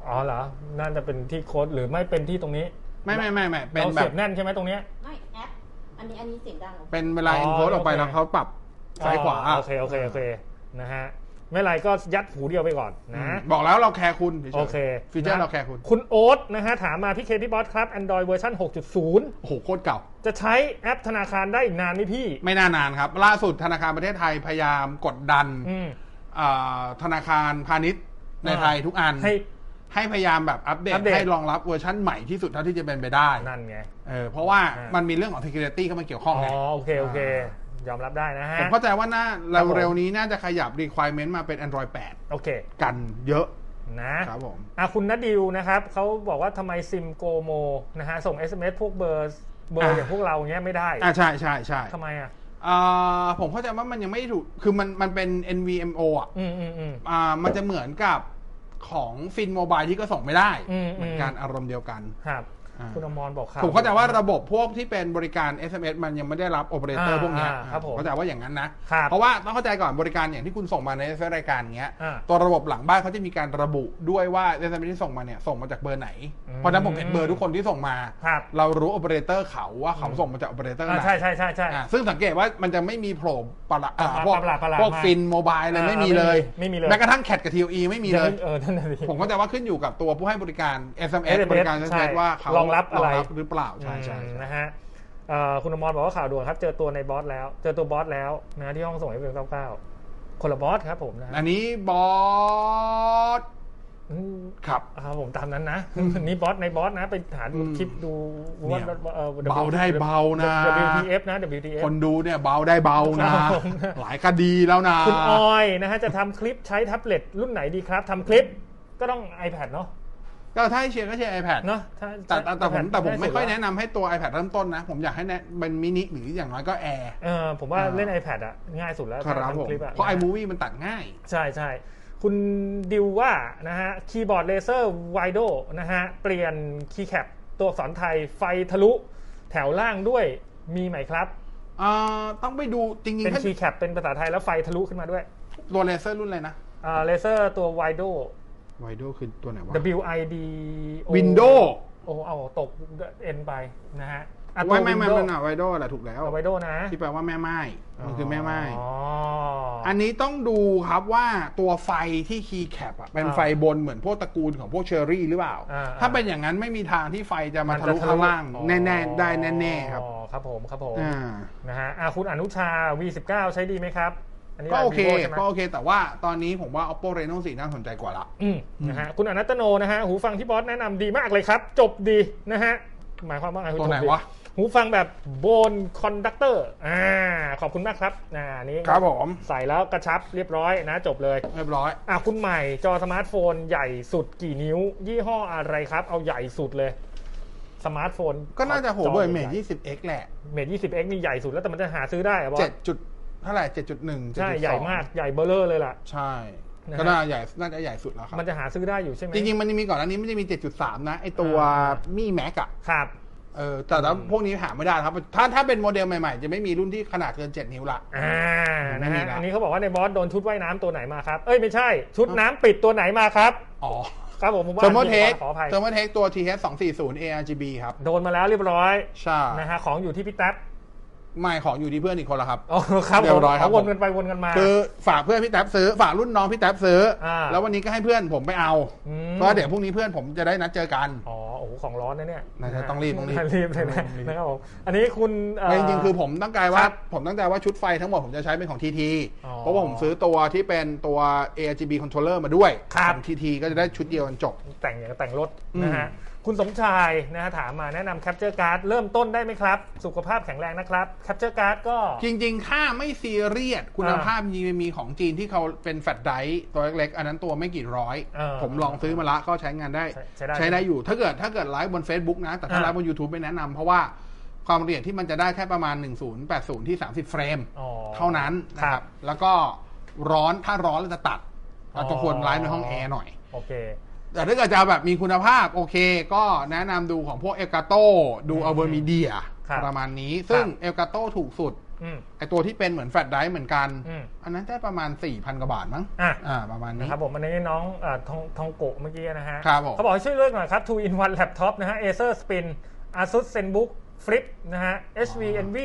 D: อ๋อเหรอ น่าจะเป็นที่โค้ดหรือไม่เป็นที่ตรงนี้
C: ไม่ไม่ไม่ไม่เป็น
D: เรา
C: แบ
D: เสี
C: บ
D: ยบแน่นใช่ไหมตรงเนี้ย
B: ไม่แอป อันนี้อันนี้เสียงดังเหรอ
C: เป็นเวลา
D: อ๋อ
C: encode ออกไปแล้วเขาปรับซ้ายขวา
D: อ๋อโอเคโอเคโอเคนะฮะไม่ไรก็ยัดหูเดียวไปก่อน
C: อืม
D: นะ
C: บอกแล้วเราแคร์คุณฉยๆ
D: โอเค
C: ฟีเจอร์
D: นะ
C: เราแคร์คุณ
D: คุณโอ๊ตนะฮะ ถามมาพี่เคพี่บอสครับ Android เวอร์ชัน6.0
C: โอ้โหโคตรเก่า
D: จะใช้แอปธนาคารได้อีกนานไหมพี่
C: ไม่น่านานครับ ล่าสุดธนาคารประเทศไทยพยายามกดดัน
D: อืม
C: เอ่อธนาคารพาณิชย์ใน
D: อ่า
C: ไทยทุกอัน
D: ให้
C: ให้พยายามแบบอัปเดต
D: อัปเดต
C: ให้รองรับเวอร์ชันใหม่ที่สุดเท่าที่จะเป็นไปได้
D: นั่นไง
C: เออเพราะว่า
D: อ่ามั
C: มันมีเรื่องของ security เข้ามาเกี่ยวข้
D: อ๋
C: อ
D: อง
C: ไง
D: โอเค โอเค ยอมรับได้นะฮะ
C: ผมเข้าใจว่าน่า
D: ครับผม
C: เร็วๆนี้น่าจะขยับ requirement มาเป็น Android
D: โอเค
C: 8 กันเยอะ
D: นะครับ
C: ผม
D: อ่ะคุณนัดดิวนะครับเขาบอกว่าทำไมซิมโกโมนะฮะ ส่ง SMS พวกเบอร์เบอร์
C: อ่ะ
D: อย่างพวกเราเงี้ยไม่ได้
C: อ่าใช่ใช่ใช่
D: ทำไมอ่ะ
C: เ อ่าผมเข้าใจว่ามันยังไม่ถูก คือมันมันเป็น NVMO อ่ะ
D: อืมอืมอืม
C: อ่ามันจะเหมือนกับของฟินโมบายที่ก็ส่งไม่ได้
D: อืม
C: เหมือนกันอารมณ์เดียวกัน
D: ครับ
C: อ่า
D: คุณอมรบอกครับ
C: ผมเข้าใจว่าระบบพวกที่เป็นบริการ SMS มันยังไม่ได้รับโอเปอเรเตอร์
D: อ่า
C: พวกเนี้ย
D: อ่าครับผม
C: เข้าใจว่าอย่างนั้นนะ
D: ครับ
C: เพราะว่าต้องเข้าใจก่อนบริการอย่างที่คุณส่งมาใน SMS รายการเงี้ย
D: อ่า
C: ตัวระบบหลังบ้านเขาจะมีการระบุด้วยว่า SMS ที่ส่งมาเนี่ยส่งมาจากเบอร์ไหน
D: อืม
C: เพราะฉะนั้นผมเห็นเบอร์ทุกคนที่ส่งมา
D: ครับ
C: เรารู้โอเปอเรเตอร์เขาว่าเขาส่งมาจากโอเปอเรเตอร์ไห
D: อ่าน ใช่ใช่ใช่ใช่
C: อ่ะซึ่งสังเกตว่ามันจะไม่มีโผล่ประหลาดอ่ะ
D: ประห
C: พวก
D: ลาดประหลาดประหลาด
C: พวก
D: มาก
C: ฟินโมบายอะไร
D: อ่า
C: ไม่มีเลย
D: ไม่มีไม่มีเลย
C: แม้กระทั่งแคดกับทีอีไม่มีเลย
D: เออนั่นน่ะสิ
C: ผมก็จะว่าขึ้นอยู่กับตัวผู้ให้บริการ SMS
D: SMS
C: บริการ
D: ใช่
C: SMS ว่าเขา
D: รองรับอะไร
C: หรือเปล่า ใช่ใช่
D: อืม
C: ใช่
D: นะฮะเอ่อคุณอมรบอกว่าข่าวด่วนครับเจอตัวในบอสแล้ว เจอตัวบอสแล้วนะที่ห้องส่งเอฟเก้าเก้าคนละบอสครับผมนะฮะ
C: อันนี้บอส
D: อืม
C: ครับ
D: อ่าผมตามนั้นนะ นี่บอสในบอสนะ ไปหาดู
C: อืม
D: คลิปดู
C: เนี่ย
D: เอ่อ W-
C: เบาได้เบานะ
D: WTF นะ WTF
C: คนดูเนี่ยเบาได้เบานะ
D: ครับผม
C: หลายคดีแล้วนะ
D: คุณออยนะฮะจะทำคลิปใช้แท็บเล็ตรุ่นไหนดีครับทำคลิปก็ต้อง iPad เนาะ
C: ก็ถ้าให้เชียร์ก็เชียร์ iPad
D: เนาะถ้า
C: แต่แต่แต่ผมแต่ผมไม่ค่อย
D: ได้สุดละ
C: แนะนำให้ตัว iPad เริ่มต้นนะ ผมอยากให้แนะเป็นมินิหรืออย่างน้อยก็แอร์
D: เออผมว่า
C: อ่า
D: เล่น iPad อะง่ายสุดแล้ว
C: ครับผม
D: ทำคลิปอะ
C: เพราะ
D: นฮ
C: iMovie มันตัดง่าย
D: ใช่ใช่คุณดิวว่านะฮะคีย์บอร์ดเลเซอร์ไวโดนะฮะเปลี่ยนคีย์แคปตัวอักษรไทยไฟทะลุแถวล่างด้วยมีไหมครับ
C: เอ่อต้องไปดูจริง
D: เป็น
C: ๆถ้า
D: คีย์แคปเป็นภาษาไทยแล้วไฟทะลุขึ้นมาด้วย
C: ตัวเลเซอร์รุ่นอะไรนะ
D: อ่าเลเซอร์ตัวไวโด
C: ไวโดคือตัวไหนวะ
D: W I D O
C: Window
D: โอ้เอาตก N ไปนะฮะอ่ะตัว
C: ไว้ไม่ไม่ไม่
D: Window
C: ไม่ไวโดแหละถูกแล้ว
D: เอาไวโดนะ
C: ที่แปลว่าแม่ไม้มันคือแม่ไม้
D: อ๋ออ
C: อันนี้ต้องดูครับว่าตัวไฟที่คีย์แคปอะเป็น
D: อ่า
C: ไฟบนเหมือนพวกตระกูลของพวกเชอรี่หรือเปล่า
D: อ่า
C: ถ้าเป็นอย่างนั้นไม่มีทางที่ไฟจะมาทะลุข้างล่าง
D: อ๋อ
C: แน่ๆได้แน่ๆครับ
D: อ๋อครับผมครับผม
C: อ่า
D: นะฮะอ่ะคุณอนุชา V19 ใช้ดีไหมครับ อันนี้
C: ก็โอเค
D: ร้าน Vivo ใช่ไหม
C: ก็โอเค แต่ว่าตอนนี้ผมว่า oppo reno 4น่าสนใจกว่าละ
D: อืมนะฮะ คุณอนัตโนนะฮะ หูฟังที่บอสแนะนำดีมากเลยครับ จบดีนะฮะ หมายความว่าไงคุณ
C: ตัวไหน
D: จบดี
C: วะ
D: หูฟังแบบโบนคอนดักเตอร์ อ่า ขอบคุณมากครับ อ่า นี่
C: ครับผม
D: ใส่แล้วกระชับเรียบร้อยนะ จบเลย
C: เรียบร้อย
D: อ่ะ คุณใหม่จอสมาร์ทโฟนใหญ่สุดกี่นิ้ว ยี่ห้ออะไรครับ เอาใหญ่สุดเลย สมาร์ทโฟน
C: ก็น่าจะโหเว่ยเมท
D: ยี่
C: 20 x แหละ
D: เมทยี่สิบเอ็กนี่ใหญ่สุดแล้วแต่มันจะหาซื้อได้อะบอ
C: เจ็
D: ส
C: ดจุดเท่าไหร่เจ็ดจุดหนึ่ง
D: ใช่ใหญ่มากใหญ่เบอร์เลอร์เลยล่ะ
C: ใช่
D: นะฮะ
C: ก็น่าใหญ่น่าจะใหญ่สุดแล้วครับ
D: มันจะหาซื้อได้อยู่ใช่ไหม
C: จริงๆ มันจะมีก่อนอันนี้มันจะมี 7.3 นะ ไอตัว
D: อ่า
C: มี่แม็กอะ
D: ครับ
C: เออแต่ถ้าพวกนี้หาไม่ได้ครับ ถ้าถ้าเป็นโมเดลใหม่ๆ จะไม่มีรุ่นที่ขนาดเกิน 7 นิ้วละ
D: อ่า นะ
C: ไม่มี
D: ฮะ
C: ละ
D: อันนี้เขาบอกว่าในบอสโดนชุดว่ายน้ำตัวไหนมาครับ เอ้ยไม่ใช่ ชุดน้ำปิดตัวไหนมาครับ
C: อ๋อ
D: ครับผมผมว่า
C: เทอร์โมเทค
D: ขออภัย
C: เทอร์โมเทคตัว TH 240 ARGB ครับ
D: โดนมาแล้วเรียบร้อย
C: ใช่
D: นะฮะ ของอยู่ที่พี่แท็บ
C: ไม่ของอยู่ที่เพื่อนอีกคนละครับ
D: อ๋อครับ
C: เรียบร้อยครับ
D: ขาวน
C: ผม
D: กันไปวนกันมา
C: คือฝากเพื่อนพี่แท็บซื้อฝากรุ่นน้องพี่แท็บซื้ออา แล้ววันนี้ก็ให้เพื่อนผมไปเอา
D: อืม
C: เพราะว่าเดี๋ยวพรุ่งนี้เพื่อนผมจะได้นัดเจอกัน
D: อ๋อ โอ้โห ของร้อนนะเนี่ย
C: นะฮะต้องรีบต้องรีบ
D: รีบเลยนะนะครับผม อันนี้คุณเ
C: แต่จริงๆ คือผมตั้งใจว่า
D: ครับ
C: ผมตั้งใจว่าชุดไฟทั้งหมดผมจะใช้เป็นของ TT
D: อ๋อ
C: เพราะว่าผมซื้อตัวที่เป็นตัว ARGB controller มาด้วย
D: ครับ
C: ของ TT ก็จะได้ชุดเดียวกันจบ
D: แต่งอย่างแต่งรถ
C: อืม
D: นะฮะ คุณสมชายนะฮะถามมาแนะนำแคปเจอร์การ์ดเริ่มต้นได้ไหมครับ สุขภาพแข็งแรงนะครับ แคปเจอร์การ์ดก็
C: จริงๆ ค่าไม่ซีเรียสคุณภาพยีมีของจีนที่เขาเป็นแฟลชไดรฟ์ตัวเล็กๆ อันนั้นตัวไม่กี่ร้อย
D: เออ
C: ผมลองซื้อมาละก็ใช้งานได้
D: ใช้ใช้ได้
C: อยู่ถ้าเกิดถ้าเกิดไลฟ์บน Facebook นะ แต่ถ้า
D: อ่า
C: ไลฟ์บน YouTube ไม่แนะนำเพราะว่าความละเอียดที่มันจะได้แค่ประมาณ 1080 ที่ 30 เฟรม
D: อ๋อ
C: เท่านั้นนะค
D: ครั
C: รั
D: บบ
C: แล้วก็ร้อนถ้าร้อนเราจะตัดเราจะควรไลฟ์ในห้อง
D: อ๋อ
C: แอร์หน่อย
D: โอเค
C: แต่ถ้าเกิดจะแบบมีคุณภาพโอเค ก็แนะนำดูของพวกเอลกาโตดู
D: อืม
C: อเวอร์มีเดีย
D: ครับ
C: ประมาณนี้ ซึ่ง
D: ครับ
C: เอลกาโตถูกสุด
D: อืม
C: ไอตัวที่เป็นเหมือนแฟลชไดรฟ์เหมือนกัน
D: อืม
C: อันนั้นได้ประมาณ 4,000 กว่าบาทมั้ง
D: อ่ะ
C: อ่าประมาณนี้
D: นะครับผมอันนี้น้องเออทองทองโกะเมื่อกี้นะฮะ
C: ครับผม
D: เขาบอกให้ช่วยเลือกหน่อยครับ two in one laptop นะฮะ Acer Spin Asus ZenBook Flip นะฮะ HV
C: อ๋อ
D: NV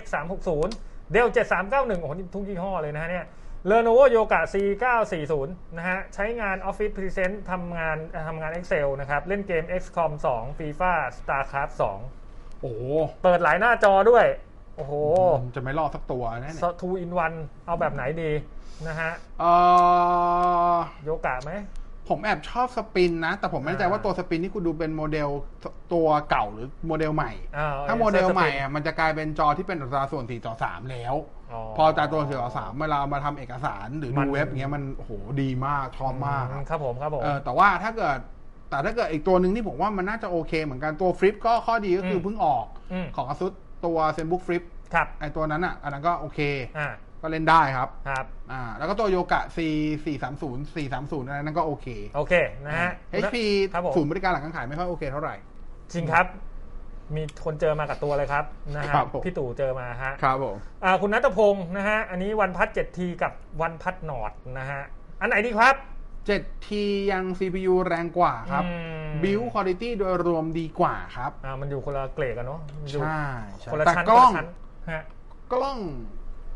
D: X 3 6 0 Dell 7 3 9 1โอ้โหนี่ทุกยี่ห้อเลยนะฮะเนี่ย Lenovo Yoga C 9 4 0นะฮะ ใช้งาน Office Present ทำงานเอ่อทำงาน Excel นะครับ เล่นเกม XCOM 2 FIFA StarCraft 2
C: โอ้โห
D: เปิดหลายหน้าจอด้วย โอ้โห
C: ผมจะไม่รอดสักตัวแน่ๆ
D: two in one เอาแบบไหนดีนะฮะ
C: เอ่อ
D: โยกะไหม
C: ผมแอบชอบสปินนะ แต่ผมไม่แน่ใจว่าตัวสปินที่คุณดูเป็นโมเดลตัวเก่าหรือโมเดลใหม่
D: อ่
C: ถ้าโมเดลใหม่อะมันจะกลายเป็นจอที่เป็นอัตราส่วน 4 ต่อ 3 แล้ว
D: อ๋อ
C: พออัตราส่วน 4 ต่อ 3 เวลามาทำเอกสารหรือ
D: มั
C: ดู
D: น
C: เว็บอย่างเงี้ยมันโอ้โหดีมาก ชอบมาก
D: อื
C: อะ
D: ครับผมครับผม
C: เออแต่ว่าถ้าเกิด แต่ถ้าเกิดอีกตัวหนึ่งที่ผมว่ามันน่าจะโอเคเหมือนกันตัวฟลิปก็ข้อดีก็คืออ
D: ม
C: เพิ่งออก
D: อืม
C: ของ ASUS ตัว ZenBook Flip
D: ครับ
C: ไอตัวนั้นอ่ะ อันนั้นก็โอเค
D: อ่า
C: ก็เล่นได้ครับ
D: ครับ
C: อ่า แล้วก็ตัวโยกะ C 430 430อันนั้นก็โอเค
D: โอเคนะฮะ
C: HP
D: ครับผม
C: ศูนย์บริการหลังการขายไม่ค่อยโอเคเท่าไหร่
D: จริงครับ มีคนเจอมากับตัวเลยครับนะฮะ
C: ครับผม
D: พี่ตู่เจอมาฮะ
C: ครับผม
D: อ่าคุณนัทพงศ์นะฮะ อันนี้วันพัดเจ็ดทีกับวันพัดหนอดนะฮะ อันไหนดีครับ
C: 7T ยัง CPU แรงกว่าครับ
D: อืม
C: Build Quality โดยรวมดีกว่าครับ
D: อ่ามันอยู่คนละเกรดกันเนาะมันอยู่
C: ใช่ใช่
D: คนละ
C: แต่
D: ชั้น
C: กล้อง
D: คนละชั้นฮะ
C: กล้อง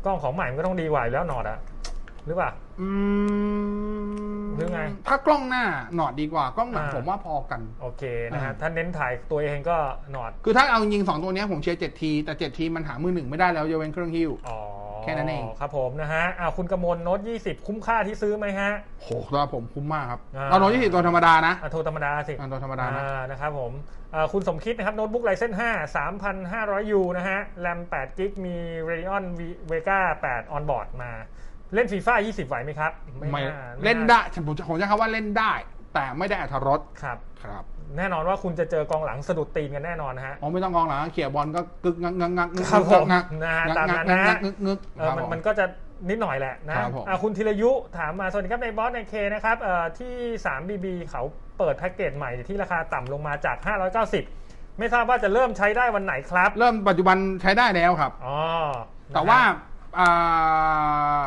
D: กล้องของใหม่มันก็ต้องดีกว่าอยู่แล้วหนอดอะหรือเปล่า
C: อืม
D: หรือไง
C: ถ้ากล้องหน้าหนอดดีกว่ากล้องหลัง
D: อ่า
C: ผมว่าพอกัน
D: โอเคนะฮะ
C: อ่า
D: ถ้าเน้นถ่ายตัวเองก็หนอด
C: คือถ้าเอาจริงๆสองตัวเนี้ยผมเชียร์ 7T แต่ 7T มันหามือหนึ่งไม่ได้แล้วยกเว้นเครื่องฮิ้ว
D: อ๋อ
C: แค่นั้นเอง
D: ครับผมนะฮะอ่าคุณกมลโน้ตยี่สิบคุ้มค่าที่ซื้อไหมฮะ
C: โหตัวผมคุ้มมากครับ
D: อ่า
C: เอาโน้ตยี่สิบตัวธรรมดานะ
D: อ่ะโทรธรรมดาสิ
C: เอาตัวธรรมดานะ
D: อ่นะครับผมอ่าคุณสมคิดนะครับโน้ตบุ๊กไลเซน5 3,500 U นะฮะ แรม8กิกมี Radeon Vega 8 on board มา เล่นฟีฟ่า20 ไหวไหมครับ
C: ไม่
D: น่าม่า
C: เล่นได้ผมผมจะคำว่าเล่นได้ แต่ไม่ได้อัธรส
D: ครับ
C: ครับ
D: แน่นอนว่าคุณจะเจอกองหลังสะดุดตีนกันแน่นอนนะฮะ
C: อ๋อไม่ต้องกองหลังเขี่ยบอลก็กึกงักงักงักงึก
D: ครับผม
C: งัก
D: นะฮะ
C: งัก
D: ตาม
C: งั
D: นั้
C: ก
D: น
C: งัก
D: นะฮะ
C: งักงึกงึก
D: เอ
C: ค
D: อ
C: รับ
D: มัน
C: ผม
D: มันก็จะนิดหน่อยแหละนะครับ
C: ผม
D: อ่ะคุณธีรยุถามมาสวัสดีครับในบอสในเคนะครับเอ่อที่ 3BB เขาเปิดแพ็กเกจใหม่ที่ราคาต่ำลงมาจาก 590 ไม่ทราบว่าจะเริ่มใช้ได้วันไหนครับ
C: เริ่มปัจจุบันใช้ได้แล้วครับ
D: อ๋อ
C: แต่ว่า
D: นะฮะ
C: อ่า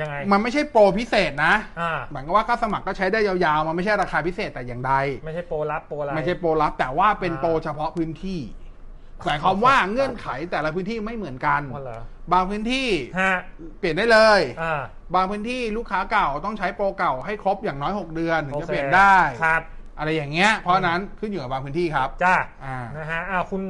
D: ยังไง
C: มันไม่ใช่โปรพิเศษนะ
D: อ่า
C: หมายความว่าก็สมัครก็ใช้ได้ยาวๆ มันไม่ใช่ราคาพิเศษแต่อย่างใด
D: ไม่ใช่โปรลับโปรอะไร
C: ไม่ใช่โปรลับแต่ว่าเป็นโปรเฉพาะพื้นที่หมายความว่าเงื่อนไขแต่ละพื้นที่ไม่เหมือนกัน
D: อ๋อเหรอ
C: บางพื้นที่
D: ฮะ
C: เปลี่ยนได้เลย
D: อ่า
C: บางพื้นที่ลูกค้าเก่าต้องใช้โปรเก่าให้ครบอย่างน้อย 6 เดือนถึง
D: โอ
C: จะ
D: ค
C: เปลี่ยนได้
D: ครับ
C: อะไรอย่างเงี้ย เพราะฉะนั้นขึ้นอยู่กับบางพื้นที่ครับ
D: จ้า
C: อ่าน
D: นะฮะอ่าคุณ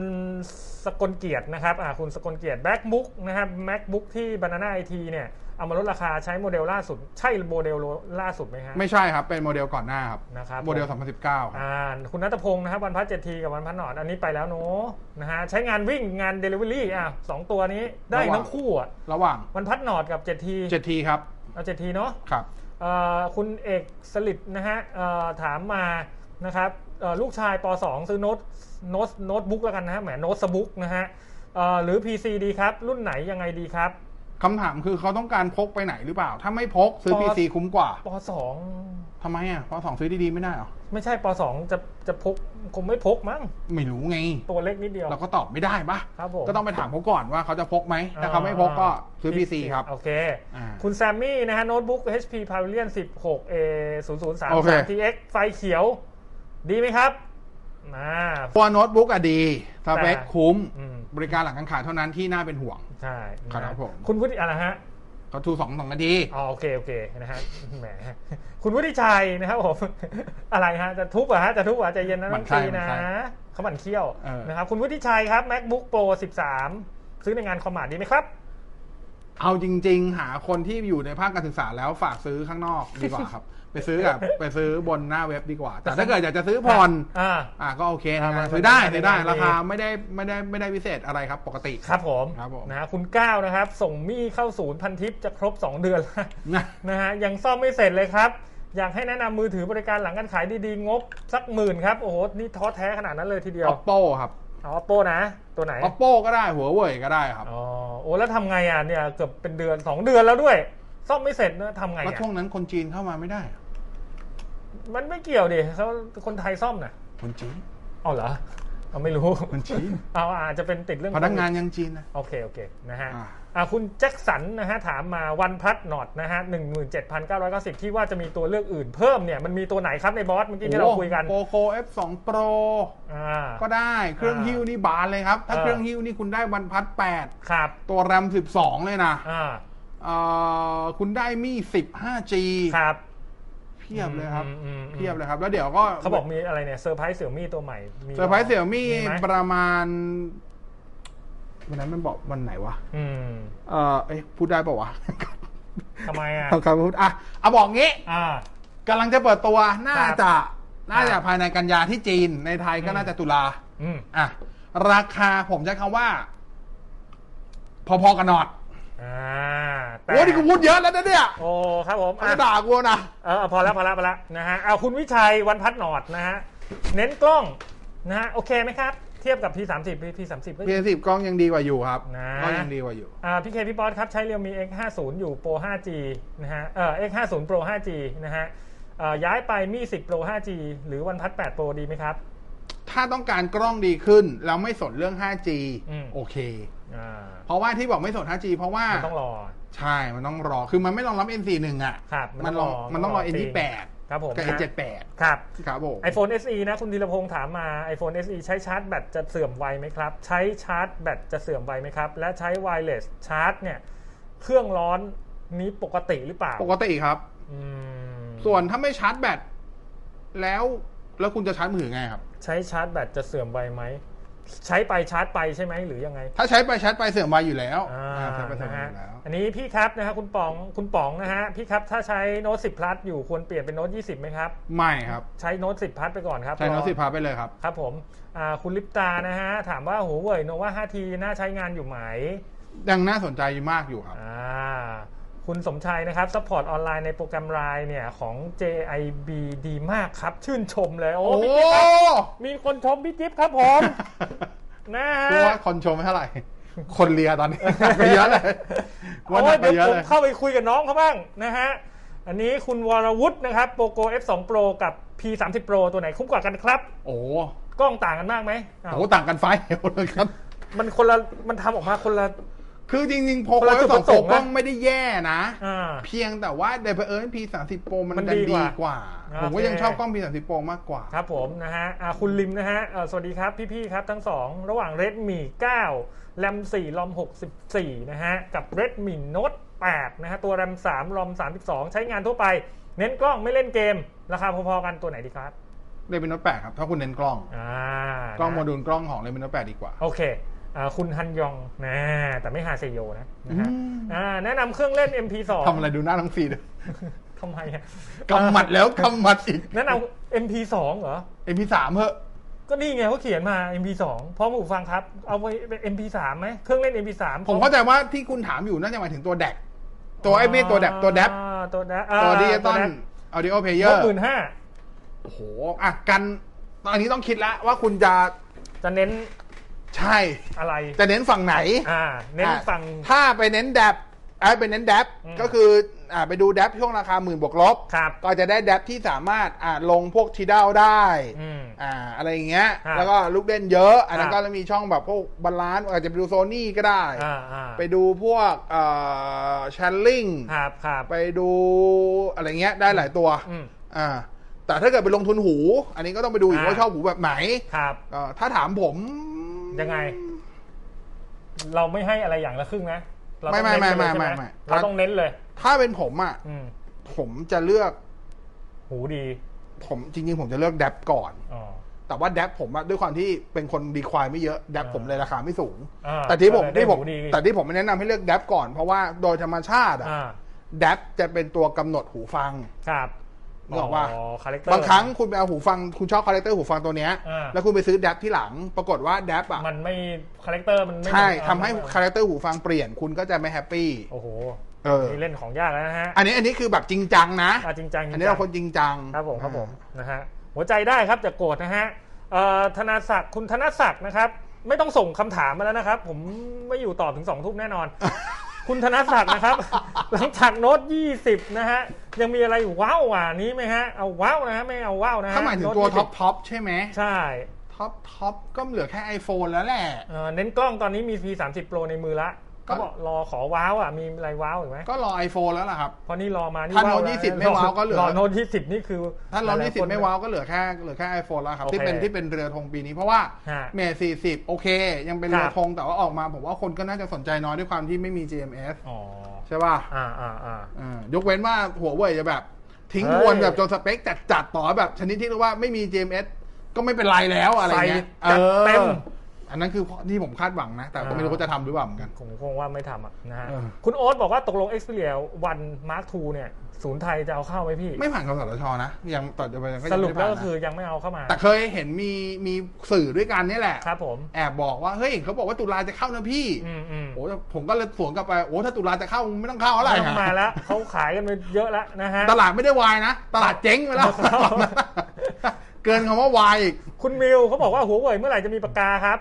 D: สกลเกียรตินะครับอ่าคุณสกลเกียรติแบ็กบุ๊กนะครับแม็กบุ๊กที่บานาน่าไอทีเนี่ย เอามาลดราคาใช้โมเดลล่าสุด ใช่โมเดลล่าสุดไหมฮะ
C: ไม่ใช่ครับ เป็นโมเดลก่อนหน้าครับ
D: นะครับ
C: โมเดล 2019 ครับ
D: อ่าคุณนัทพงศ์นะครับวันพัดเจ็ดทีกับวันพัดหนอนอันนี้ไปแล้วเนอะนะฮะใช้งานวิ่งงานเดลิเวอรี่อ่ะสองตัวนี้ได้
C: ระหว่าง
D: ทั้งคู่อ่ะ
C: ระหว่าง
D: วันพัดหนอดกับเจ็ดที
C: 7ทีครับ
D: เอาเจ็ดทีเนาะ
C: ครับ
D: เอ่อคุณเอกสลิดนะฮะเอ่อถามมานะครับเอ่อลูกชายป .2 ซื้อโน้ตโน้ตโน้ตบุ๊กแล้วกันนะฮะแหมโน้ตสบุ๊กนะฮะเอ่อหรือ PC ดีครับ รุ่นไหนยังไงดีครับ
C: คำถามคือเขาต้องการพกไปไหนหรือเปล่า ถ้าไม่พกซื้อ PC คุ้มกว่า
D: ป
C: ทำไมอ่ะเพราะสองซื้อดีๆไม่ได้เหรอ
D: .2 ไม่ใช่ป .2 จะจะพกคงไม่พกมั้ง
C: ไม่รู้ไง
D: ตัวเล็กนิดเดียว
C: เราก็ตอบไม่ได้ปะ
D: ครับผม
C: ก็ต้องไปถามเขาก่อนว่าเขาจะพกไหมถ้าเขาไม่พกก็ซื้อ PC ครับ
D: โอเค
C: อ่า
D: คุณแซมมี่นะฮะโน้ตบุ๊ก HP Pavilion 16 A 0 0
C: โอเค
D: 3 3 TX ไฟเขียวดีไหมครับอ่า
C: ตัวโน้ตบุ๊กอะดีสเปค
D: แต่
C: คุ้ม
D: อืม
C: บริการหลังการขายเท่านั้นที่น่าเป็นห่วง
D: ใช่นะครับ
C: ผม
D: คุณวุฒิอะไรฮะ
C: เขาทูสองสองนาที
D: อ๋อโอเค โอเค นะฮะแหมคุณวุฒิชัยนะครับผม อะไรฮะ จะทุบเหรอ่ะฮะ จะทุบเหรอ่ะใจเย็นนะ
C: หมั่
D: น้อน ง
C: ไส้
D: ที
C: หมั่
D: นะ
C: นไส้
D: เขาหมั่นเคี้ยว
C: เออ
D: นะครับคุณวุฒิชัยครับ macbook pro 13 ซื้อในงานคอมมานด์ดีไหมครับ
C: เอาจริง ๆ หาคนที่อยู่ในภาคการศึกษาแล้วฝากซื้อข้างนอกดีกว่าครับ ไปซื้อกับไปซื้อบนหน้าเว็บดีกว่า แต่ถ้าเกิดอยากจะซื้อผ่อน
D: อ่า
C: อ่ะก็โอเค
D: อ่า
C: นะ
D: มัน
C: ซื้อได้
D: มัน
C: ซื้อได้
D: มัน
C: ราคาไม่ได้ไม่ได้ไม่ได้พิเศษอะไรครับ ปกติ
D: ครับผม
C: ครับผม
D: นะฮะคุณก้าวนะครับ ส่งมี่เข้าศูนย์พันทิปจะครบ 2 เดือนแล้ว
C: นะ
D: นะฮะ ยังซ่อมไม่เสร็จเลยครับ อยากให้แนะนำมือถือบริการหลังการขายดีๆ งบสักหมื่นครับ โอ้โห นี่ท้อแท้ขนาดนั้นเลยทีเดียว
C: อ p p o ครับ
D: เอาโปนะ ตัวไหน
C: oppo ก็ได้หัวเว่ยก็ได้ครับ
D: อ๋อโอ้แล้วทำไงอ่ะเนี่ยเกือบเป็นเดือนสองเดือนแล้วด้วย ซ่อมไม่เสร็จเนี่ยทำไง
C: แล้ว
D: อ่ะ
C: ช่วงนั้นคนจีนเข้ามาไม่ได้
D: มันไม่เกี่ยวดิเขาคนไทยซ่อมนะ
C: คนจีน
D: เอาเหรอเอาไม่ รู้
C: คนจีน
D: เอาอาจจะเป็นติดเรื่อง
C: พนักงานยังจีนนะ
D: โอเค โอเค นะฮะ
C: อ่า
D: อ่าคุณแจ็คสันนะฮะ ถามมาวันพัดหนอดนะฮะหนึ่งหมื่นเจ็ดพันเก้าร้อยเก้าสิบที่ว่าจะมีตัวเลือกอื่นเพิ่มเนี่ยมันมีตัวไหนครับในบอสเมื่อกี้ที่เราคุยกัน
C: โปโค F2 Pro
D: อ่า
C: ก็ได้เครื่อง
D: อ่า
C: ฮิ้วนี่บานเลยครับ ถ้า
D: เออ
C: เครื่องฮิ้วนี่คุณได้วันพัด8
D: ครับ
C: ตัวแรม 12 เลยนะ
D: อ่า
C: เอ่อคุณได้มี่ 15G
D: ครับ
C: เพียบเลยครับ
D: อืมอืมอืม
C: เพียบเลยครับ แล้วเดี๋ยวก็
D: เขาบอกมีอะไรเนี่ยเซอร์ไพรส์เสี่ยมี่ตัวใหม่มี
C: เซอร์ไพรส์เสี่ยมี่
D: ไห
C: ประมาณ วันนั้นมันบอกวันไหนวะ
D: อืม
C: เออเอ้ยพูดได้ ปะวะ
D: ทำไมอ่ะ
C: คำพูดอ่ะเอาบอกงี้
D: อ่า
C: กำลังจะเปิดตัวน่า
D: ครับ
C: จะน่า
D: ครั
C: จะ
D: บ
C: ภายในกันยาที่จีนในไทยก็น่าจะตุลา
D: อืม
C: อ่ะ ราคาผมใช้คำว่า พอๆกันหนอด
D: อ่าแต่
C: โอ้นี่กูพูดเยอะแล้วนะเนี่ย
D: โอ้ครับผม
C: เขา
D: อ่ะ
C: จะด่ากูนะ
D: เออพอแล้วพอแล้วพอแล้วนะฮะเอาคุณวิชัยวันพัฒนหนอดนะฮะ เน้นกล้องนะฮะโอเคไหมครับ เทียบกับ P30 P30 ก็
C: p ีสิบกล้องยังดีกว่าอยู่ครับ
D: นะ
C: กล้องยังดีกว่าอยู่
D: อ่าพี่เคพี่ป๊อตครับ ใช้เรียวมี X50 อยู่ Pro 5G นะฮะเอ่อ X50 Pro 5G นะฮะเอ่อย้ายไปมี 10 Pro 5G หรือ OnePlus 8 Pro ดีไหมครับ
C: ถ้าต้องการกล้องดีขึ้น แล้วไม่สนเรื่อง 5G
D: อืม
C: โอเค
D: อ่า
C: เพราะว่าที่บอกไม่สน 5G เพราะว่า
D: มันต้องรอ
C: ใช่มันต้องรอคือมันไม่รองรับ N41 อ่ะ
D: ครับมั
C: มัน น
D: ต้
C: ร
D: อ
C: อง ง
D: รอ
C: มันต้องรอ
D: จริง
C: N28
D: ครับผม
C: กับ
D: นะฮะ
C: N78
D: ครับ
C: ครับผม
D: iPhone SE นะ คุณธีรพงษ์ถามมา iPhone SE ใช้ชาร์จแบตจะเสื่อมไวไหมครับ ใช้ชาร์จแบตจะเสื่อมไวไหมครับ และใช้ไวเลสชาร์จเนี่ย เครื่องร้อนนี้ปกติหรือเปล่า
C: ปกติครับ
D: อืม
C: ส่วนถ้าไม่ชาร์จแบตแล้วแล้วคุณจะชาร์จมือถือไงครับ
D: ใช้ชาร์จแบตจะเสื่อมไวไหม ใช้ไปชาร์จไปใช่ไหมหรือยังไง
C: ถ้าใช้ไปชาร์จไปเสื่อมไวอยู่แล้ว
D: อ่า
C: อ่าใช้ไปเสื่อม
D: นะ
C: ไวอ
D: ฮะ
C: ยู่แล้ว
D: อันนี้พี่ครับนะฮะคุณป๋องคุณป๋องนะฮะพี่ครับถ้าใช้โน้ต10 plus อยู่ควรเปลี่ยนเป็นโน้ต20ไหมครับ
C: ไม่ครับ
D: ใช้โน้ต10 plus ไปก่อนครับ
C: ใช้โน้ต
D: รอ
C: สิบพาไปเลยครับ
D: ครับผมอ่าคุณลิปตานะฮะ ถามว่าหูเว่ยโนว่า 5T น่าใช้งานอยู่ไหม
C: ยังน่าสนใจมากอยู่ครับ
D: อ่าคุณสมชัยนะครับซัพพอร์ตออนไลน์ในโปรแกรมไลน์เนี่ย ของ JIB ดีมากครับ ชื่นชมเลย โอ้
C: โอ้
D: พี่จิ๊บครับมีคนชมพี่จิ๊บครับผม นะฮะ
C: รู้ว่าคนชมไม่เท่าไหร่ คนเลียตอน นี้ ไปเยอะเลยวัน
D: โอ้
C: นั้
D: ย
C: นไป
D: เดี๋ยว
C: เยอะ
D: ผม
C: เลย
D: เข้าไปคุยกับน้องเขาบ้างนะฮะ อันนี้คุณวรวุฒินะครับโปโก F2 Pro กับ P30 Pro ตัวไหนคุ้มกว่ากันครับ
C: โอ้โห
D: กล้องต่างกันมากไหมอ้าว
C: โอ้โหต่างกันไฟล์เดียวเลยครับ
D: มันคนละมันทำออกมาคนละ
C: คือจริงๆโพ
D: คน
C: โล
D: ละจุด
C: สอ
D: ประ
C: ง
D: ส
C: ต
D: ง
C: ก
D: ค์นะ
C: กล้องไม่ได้แย่นะ
D: อ่า
C: เพียงแต่ว่าเดบเอิร์นพีสามสิบโปรมัน
D: มัน
C: ดัน
D: ดี
C: ดี
D: กว่าก
C: ว่า
D: อ่า
C: ผมก็ยัง
D: โอเค
C: ชอบกล้องพีสามสิบโปรมากกว่า
D: ครับผมนะฮะอ่าคุณลิมนะฮะเอ่อสวัสดีครับ พี่ๆครับทั้ง 2 ระหว่าง Redmi 9 RAM 4 ROM 64 นะฮะ กับ Redmi Note 8 นะฮะ ตัว RAM 3 ROM 32 ใช้งานทั่วไป เน้นกล้องไม่เล่นเกม ราคาพอๆกันตัวไหนดีครับ
C: เลมินโนแปดครับ ถ้าคุณเน้นกล้อง
D: อ่าก
C: ล้องโม
D: นะ
C: ดูลกล้องของเลมินโนแปดดีกว่า
D: โอเคอ่าคุณฮันยองนะแต่ไม่ฮาเซโยนะนะฮะ
C: อืม
D: อ่าแนะนำเครื่องเล่น MP2
C: ทำอะไรดูหน้าทั้งสี่เลย
D: ทำไมอะ
C: กำหมัด แล้วกำหมัดอีก
D: แนะนำ MP2 เหรอ
C: เอ็มพีสามเหอะ
D: ก็นี่ไงเขาเขียนมา MP2 พร้อมหูฟังครับ เอาไปเป็น MP3 ไหมเครื่องเล่น MP3
C: ผมเข้าใจว่าที่คุณถามอยู่น่าจะหมายถึงตัวแดกตัวไอ้เมตัวแดกตัวแดบ
D: อ่าตัวแดบ
C: ตัวดิจิตอล
D: ห
C: ออดิโอเพลเยอ
D: ก็
C: ร์
D: หมื่นห้า
C: โอ้โหอ่ะกันตอนนี้ต้องคิดแล้วว่าคุณจะ
D: จะเน้น
C: ใช่
D: อะไร
C: จะเน้นฝั่งไหน
D: อ่า เน้น
C: อ่ะ
D: ฟัง
C: ถ้าไปเน้นแดบไอ้ไปเน้นแดบ
D: อืม
C: ก็คืออ่าไปดูแดบช่วงราคาหมื่นบวกลบ
D: ครับ
C: ก็จะได้แดบที่สามารถอ่าลงพวกทีเดาได้
D: อืม
C: อ่าอะไรอย่างเงี้ย
D: ครับ
C: แล้วก็ลูกเล่นเยอะ อันนั้น
D: ครั
C: ก็
D: บ
C: จะมีช่องแบบพวกบาลานซ์อาจจะไปดูโซนี่ก็ได้
D: อ่าอ่า
C: ไปดูพวกเอ่อชันลิง
D: ครับครับ
C: ไปดูอะไรเงี้ยได้หลายตัว
D: อืม
C: อ่าแต่ถ้าเกิดไปลงทุนหู อันนี้ก็ต้องไปดูอีก
D: อ่า
C: ว่าชอบหูแบบไหน
D: ครับ
C: เอ่อถ้าถามผม
D: ยังไง เราไม่ให้อะไรอย่างละครึ่งนะเราต้อง
C: ไม่ไม่
D: เน้น
C: ไม่
D: ปเล
C: ไม่ไม่
D: ยใช่ห
C: ไม่
D: เราต้องเน้นเลย
C: ถ้าเป็นผมอ่ะ
D: อืม
C: ผมจะเลือก
D: หูดี
C: ผมจริงๆ ผมจะเลือกแดบก่อน
D: อ๋อ
C: แต่ว่าแดบผมอะด้วยความที่เป็นคนดีควายไม่เยอะแดบผมเลยราคาไม่สูง
D: อ่า
C: แต่ที่ผม
D: ก็เลยได้
C: ที่ผม
D: หูดี
C: แต่ที่ผมแนะนำให้เลือกแดบก่อนเพราะว่าโดยธรรมชาติอะ
D: อ่า
C: แดบจะเป็นตัวกำหนดหูฟัง
D: ครับ
C: นึกออกปะ
D: คาแรคเตอร์
C: บางครั้งคุณไปเอาหูฟังคุณชอบคาแรคเตอร์หูฟังตัวเนี้ย
D: อ่า
C: แล้วคุณไปซื้อแดบที่หลัง ปรากฏว่าแดบอ่ะ
D: มันไม่คาแรคเตอร์มันไม่
C: ใช่
D: เมือน
C: ทำให้คาแรคเตอร์หูฟังเปลี่ยนคุณก็จะไม่แฮปปี้
D: โอ้โห
C: เออ
D: นี่เล่นของยากแล้วนะฮะ
C: อันนี้อันนี้คือแบบจริงจังนะ
D: อ่ะจริงจังจง
C: อันนี้
D: จั
C: เรา
D: ง
C: คนจริงจัง
D: ครับผมครับผมนะฮะหัวใจได้ครับจะโกรธนะฮะเอ่อธนาศักดิ์คุณธนศักดิ์นะครับ ไม่ต้องส่งคำถามมาแล้วนะครับ ผมไม่อยู่ต่อถึงสองทุ่มแน่น อน คุณธนศักดิ์นะครับ หลังจากโน้ต20 นะฮะ ยังมีอะไรว้าวอ่านี้ไหมฮะ เอาว้าวนะฮะไม่เอาว้าวนะฮะ
C: ถ้าหมายถึง
D: โน้
C: ตัวท็อป
D: 20
C: ท็อปใช่ไหม
D: ใช่
C: ท็อปท็อปก็เหลือแค่ iPhone แล้วแหละ
D: เอ่อเน้นกล้องตอนนี้มี P30 Pro ในมือละ
C: ก็
D: ก็บอกรอขอว้าวอ่ะมีอะไรว้าวอีกไหม
C: ก็รอ iPhone แล้วล่ะครับ
D: เพราะนี่รอมานี่
C: ถ้า
D: ว้าว
C: โน้ต
D: แล้
C: 20ไม่ว้าวก็เหลือ
D: รอโน้ต20 นี่คือ
C: ถ้าร้อน
D: หลย
C: ที่
D: ๆ
C: สิ
D: ค
C: บ
D: น
C: ไม่ว้าวก็เหลือแค่เหลือแค่ iPhone แล้วครับ
D: โอเค
C: ที่เป็นที่เป็นเรือธงปีนี้เพราะว่า
D: ฮะ
C: เมย์สี่สิบโอเค ยังเป็น
D: ครับ
C: เรือธงแต่ว่าออกมาผมว่าคนก็น่าจะสนใจน้อยด้วยความที่ไม่มี GMS
D: อ๋อ
C: ใช่ป่ะ
D: อ่าอ่าอ่า
C: อ่ายกเว้นว่าหัวเว่ยจะแบบ ทิ้ง
D: เฮ้
C: ท
D: ย
C: วนแบบจนสเปคจัดจัดๆต่อแบบ ชนิดที่เรียกว่าไม่มี GMS ก็ไม่เป็นไรแล้วอะไรเงี้ย
D: ใส่จัดเต็ม
C: อออันนั้นคือที่ผมคาดหวังนะ แต่ก็ไม่รู้ว่าจะทำหรือเปล่าเหมือนกัน
D: ผมคงว่าไม่ทำอ่ะนะฮะ
C: เออ
D: คุณโอ๊ตบอกว่าตกลง Xperia 1 Mark II เนี่ย ศูนย์ไทยจะเอาเข้าไหมพี่
C: ไม่ผ่านกสทชนะยังต่อจะไปยังไม่
D: สรุปแล้วก็
C: ผ่านนะ
D: คือยังไม่เอาเข้ามา
C: แต่เคยเห็นมีมีสื่อด้วยกันเนี่ยแหละ
D: ครับผม
C: แอบบอกว่าเฮ้ยเขาบอกว่าตุลาจะเข้านะพี่
D: อืมอืม
C: โอ้ผมก็เลยสวนกลับไปโอ้ถ้าตุลาจะเข้ามึงไม่ต้องเข้าอะไร
D: ไม่ต้องมา แล้ว เขาขายกันไปเยอะแล้วนะฮะ
C: ตลาดไม่ได้วายนะ ตลาดเจ๊งไปแล้ว
D: ครับ
C: เกินคำว่าวายอีก
D: คุณมิวเขาบอกว่าหัวเว่ยเมื่อไหร่จะมีปากกาครับ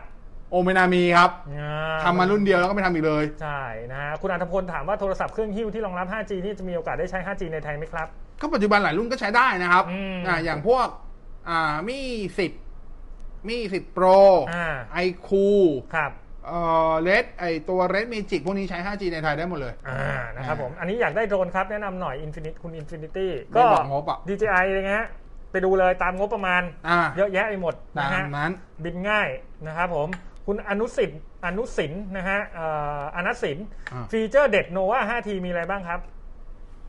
C: โอเมนามีครับ
D: อ่
C: ทำมารุ่นเดียวแล้วก็ไม่ทำอีกเลย
D: ใช่นะฮะคุณอัธพลถามว่าโทรศัพท์เครื่องหิ้วที่รองรับ 5G นี่จะมีโอกาสได้ใช้ 5G ในไทยไหมครับ
C: ก็ปัจจุบันหลายรุ่นก็ใช้ได้นะครับ
D: อืม
C: อ่าอย่างพวกอ่ามีสิบมีสิบโปร
D: อ่า
C: ไอคู
D: ครับ
C: เอ่อเลดไอตัวเรดเมจิกพวกนี้ใช้ 5G ในไทยได้หมดเลย
D: อ่านะครับ
C: อ่า
D: ผมอันนี้อยากได้โดรนครับแนะนำหน่อย Infinite คุณ Infinity
C: ไม่
D: ก็
C: บอกงบอะ
D: DJI อะไรเงี้ยไปดูเลยตามงบประมาณ
C: อ่า
D: เยอะแยะไปหมดนะ
C: ตาม
D: ฮะ
C: นั้น
D: บินง่ายนะครับผม คุณอนุสิทธิ์อนุสินนะฮะเอ่ออนัสิน
C: อ่า
D: ฟีเจอร์เด็ดโนวา 5T มีอะไรบ้างครับ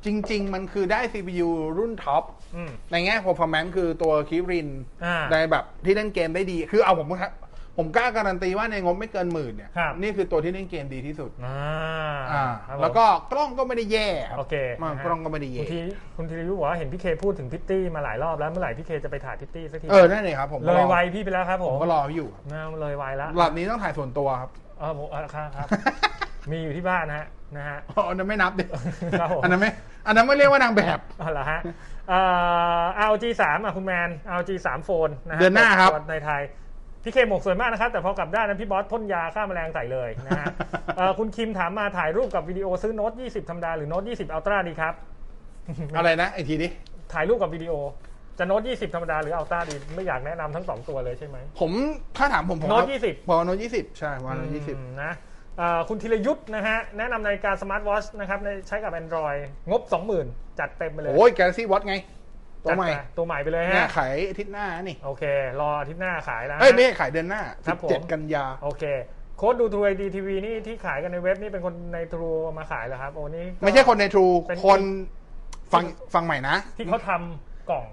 C: จริง ๆ มันคือได้ CPU รุ่นท็อป
D: อืม
C: ในแง่ performance คือตัวคิริน
D: อ่า
C: ในแบบที่เล่นเกมได้ดี คือเอาผมครับผมกล้าการันตีว่าในงบไม่เกินหมื่นเนี่ย
D: ครับ
C: นี่คือตัวที่เล่นเกมดีที่สุด
D: อ่า
C: อ่า
D: ครับผม
C: แล้วก็กล้องก็ไม่ได้แย่ครับ
D: โอเค
C: มัน
D: นะฮะ
C: กล้องก็ไม่ได้
D: คุ
C: แย่
D: ณทีคุณธีรยุทธ์บอกว่าเห็นพี่เคพูดถึงพิตตี้มาหลายรอบแล้วเมื่อไหร่พี่เคจะไปถ่ายพิตตี้สักที
C: เออนั่นเองครับ ผม
D: เล
C: ก็ร
D: ย
C: อ
D: วัยพี่ไปแล้วครับผ
C: ผม มก็รออยู่ครับ
D: นะเลยวัยแล้ว
C: หลับนี้ต้องถ่ายส่วนตัวครับ
D: เออผมเออครับครับ มีอยู่ที่บ้านนะฮะนะฮะ
C: อ๋ออันนั้นไม่นับดิ
D: ครับผม
C: อันนั้นไม่ อันนั้นไม่เรียกว่านางแบบ
D: เอาละฮะเอ่อ RG สามอ่ะคุณแมน RG สามโฟนนะฮะ
C: เดือนหน้าครับ
D: ในไทย พี่เคหมวกสวยมากนะครับ แต่พอกลับด้านนั้นพี่บอสพ่นยาฆ่าแมลงใส่เลยนะ ฮะ เอ่อคุณคิมถามมาถ่ายรูปกับวิดีโอซื้อโน้ต20 ธรรมดา หรือโน้ต20 อัลตร้าดีครับ
C: อะไรนะไอกทีดิ
D: ถ่ายรูปกับวิดีโอ จะโน้ต20 ธรรมดา หรืออัลตร้าดี ไม่อยากแนะนำทั้ง 2 ตัวเลยใช่ไหม
C: ผมถ้าถามผมผม
D: โน้ต
C: เา
D: 20
C: พอโน้ตยี่สิบใช่พอโน้ตยี่สิบ
D: อืมนะเอ่อคุณธีรยุทธ์นะฮะ แนะนำนาฬิกาสมาร์ทวอชนะครับในใช้กับ Android งบ 20,000 จัดเต็มไปเลย
C: โอ้ย Galaxy Watch ไง ตัว
D: จัด
C: ใหม่
D: ไปตัวใหม่ไปเลย
C: เนี่ย
D: ฮะ
C: ขายอาทิตย์หน้านี่
D: โอเค รออาทิตย์หน้าขายนะ
C: เอ้ยไม่ใช่ขายเดือนหน้า
D: ครับผม
C: เจ็ดกันยา
D: โอเค โค้ดดูทรูไอดีทีวีนี่ที่ขายกันในเว็บนี่เป็นคนในทรูมาขายเหรอครับโอ้นี่ก็
C: ไม่ใช่คนใน True
D: เป็น
C: คนฟังฟังใหม่นะ
D: ที่เขาทำกล่อง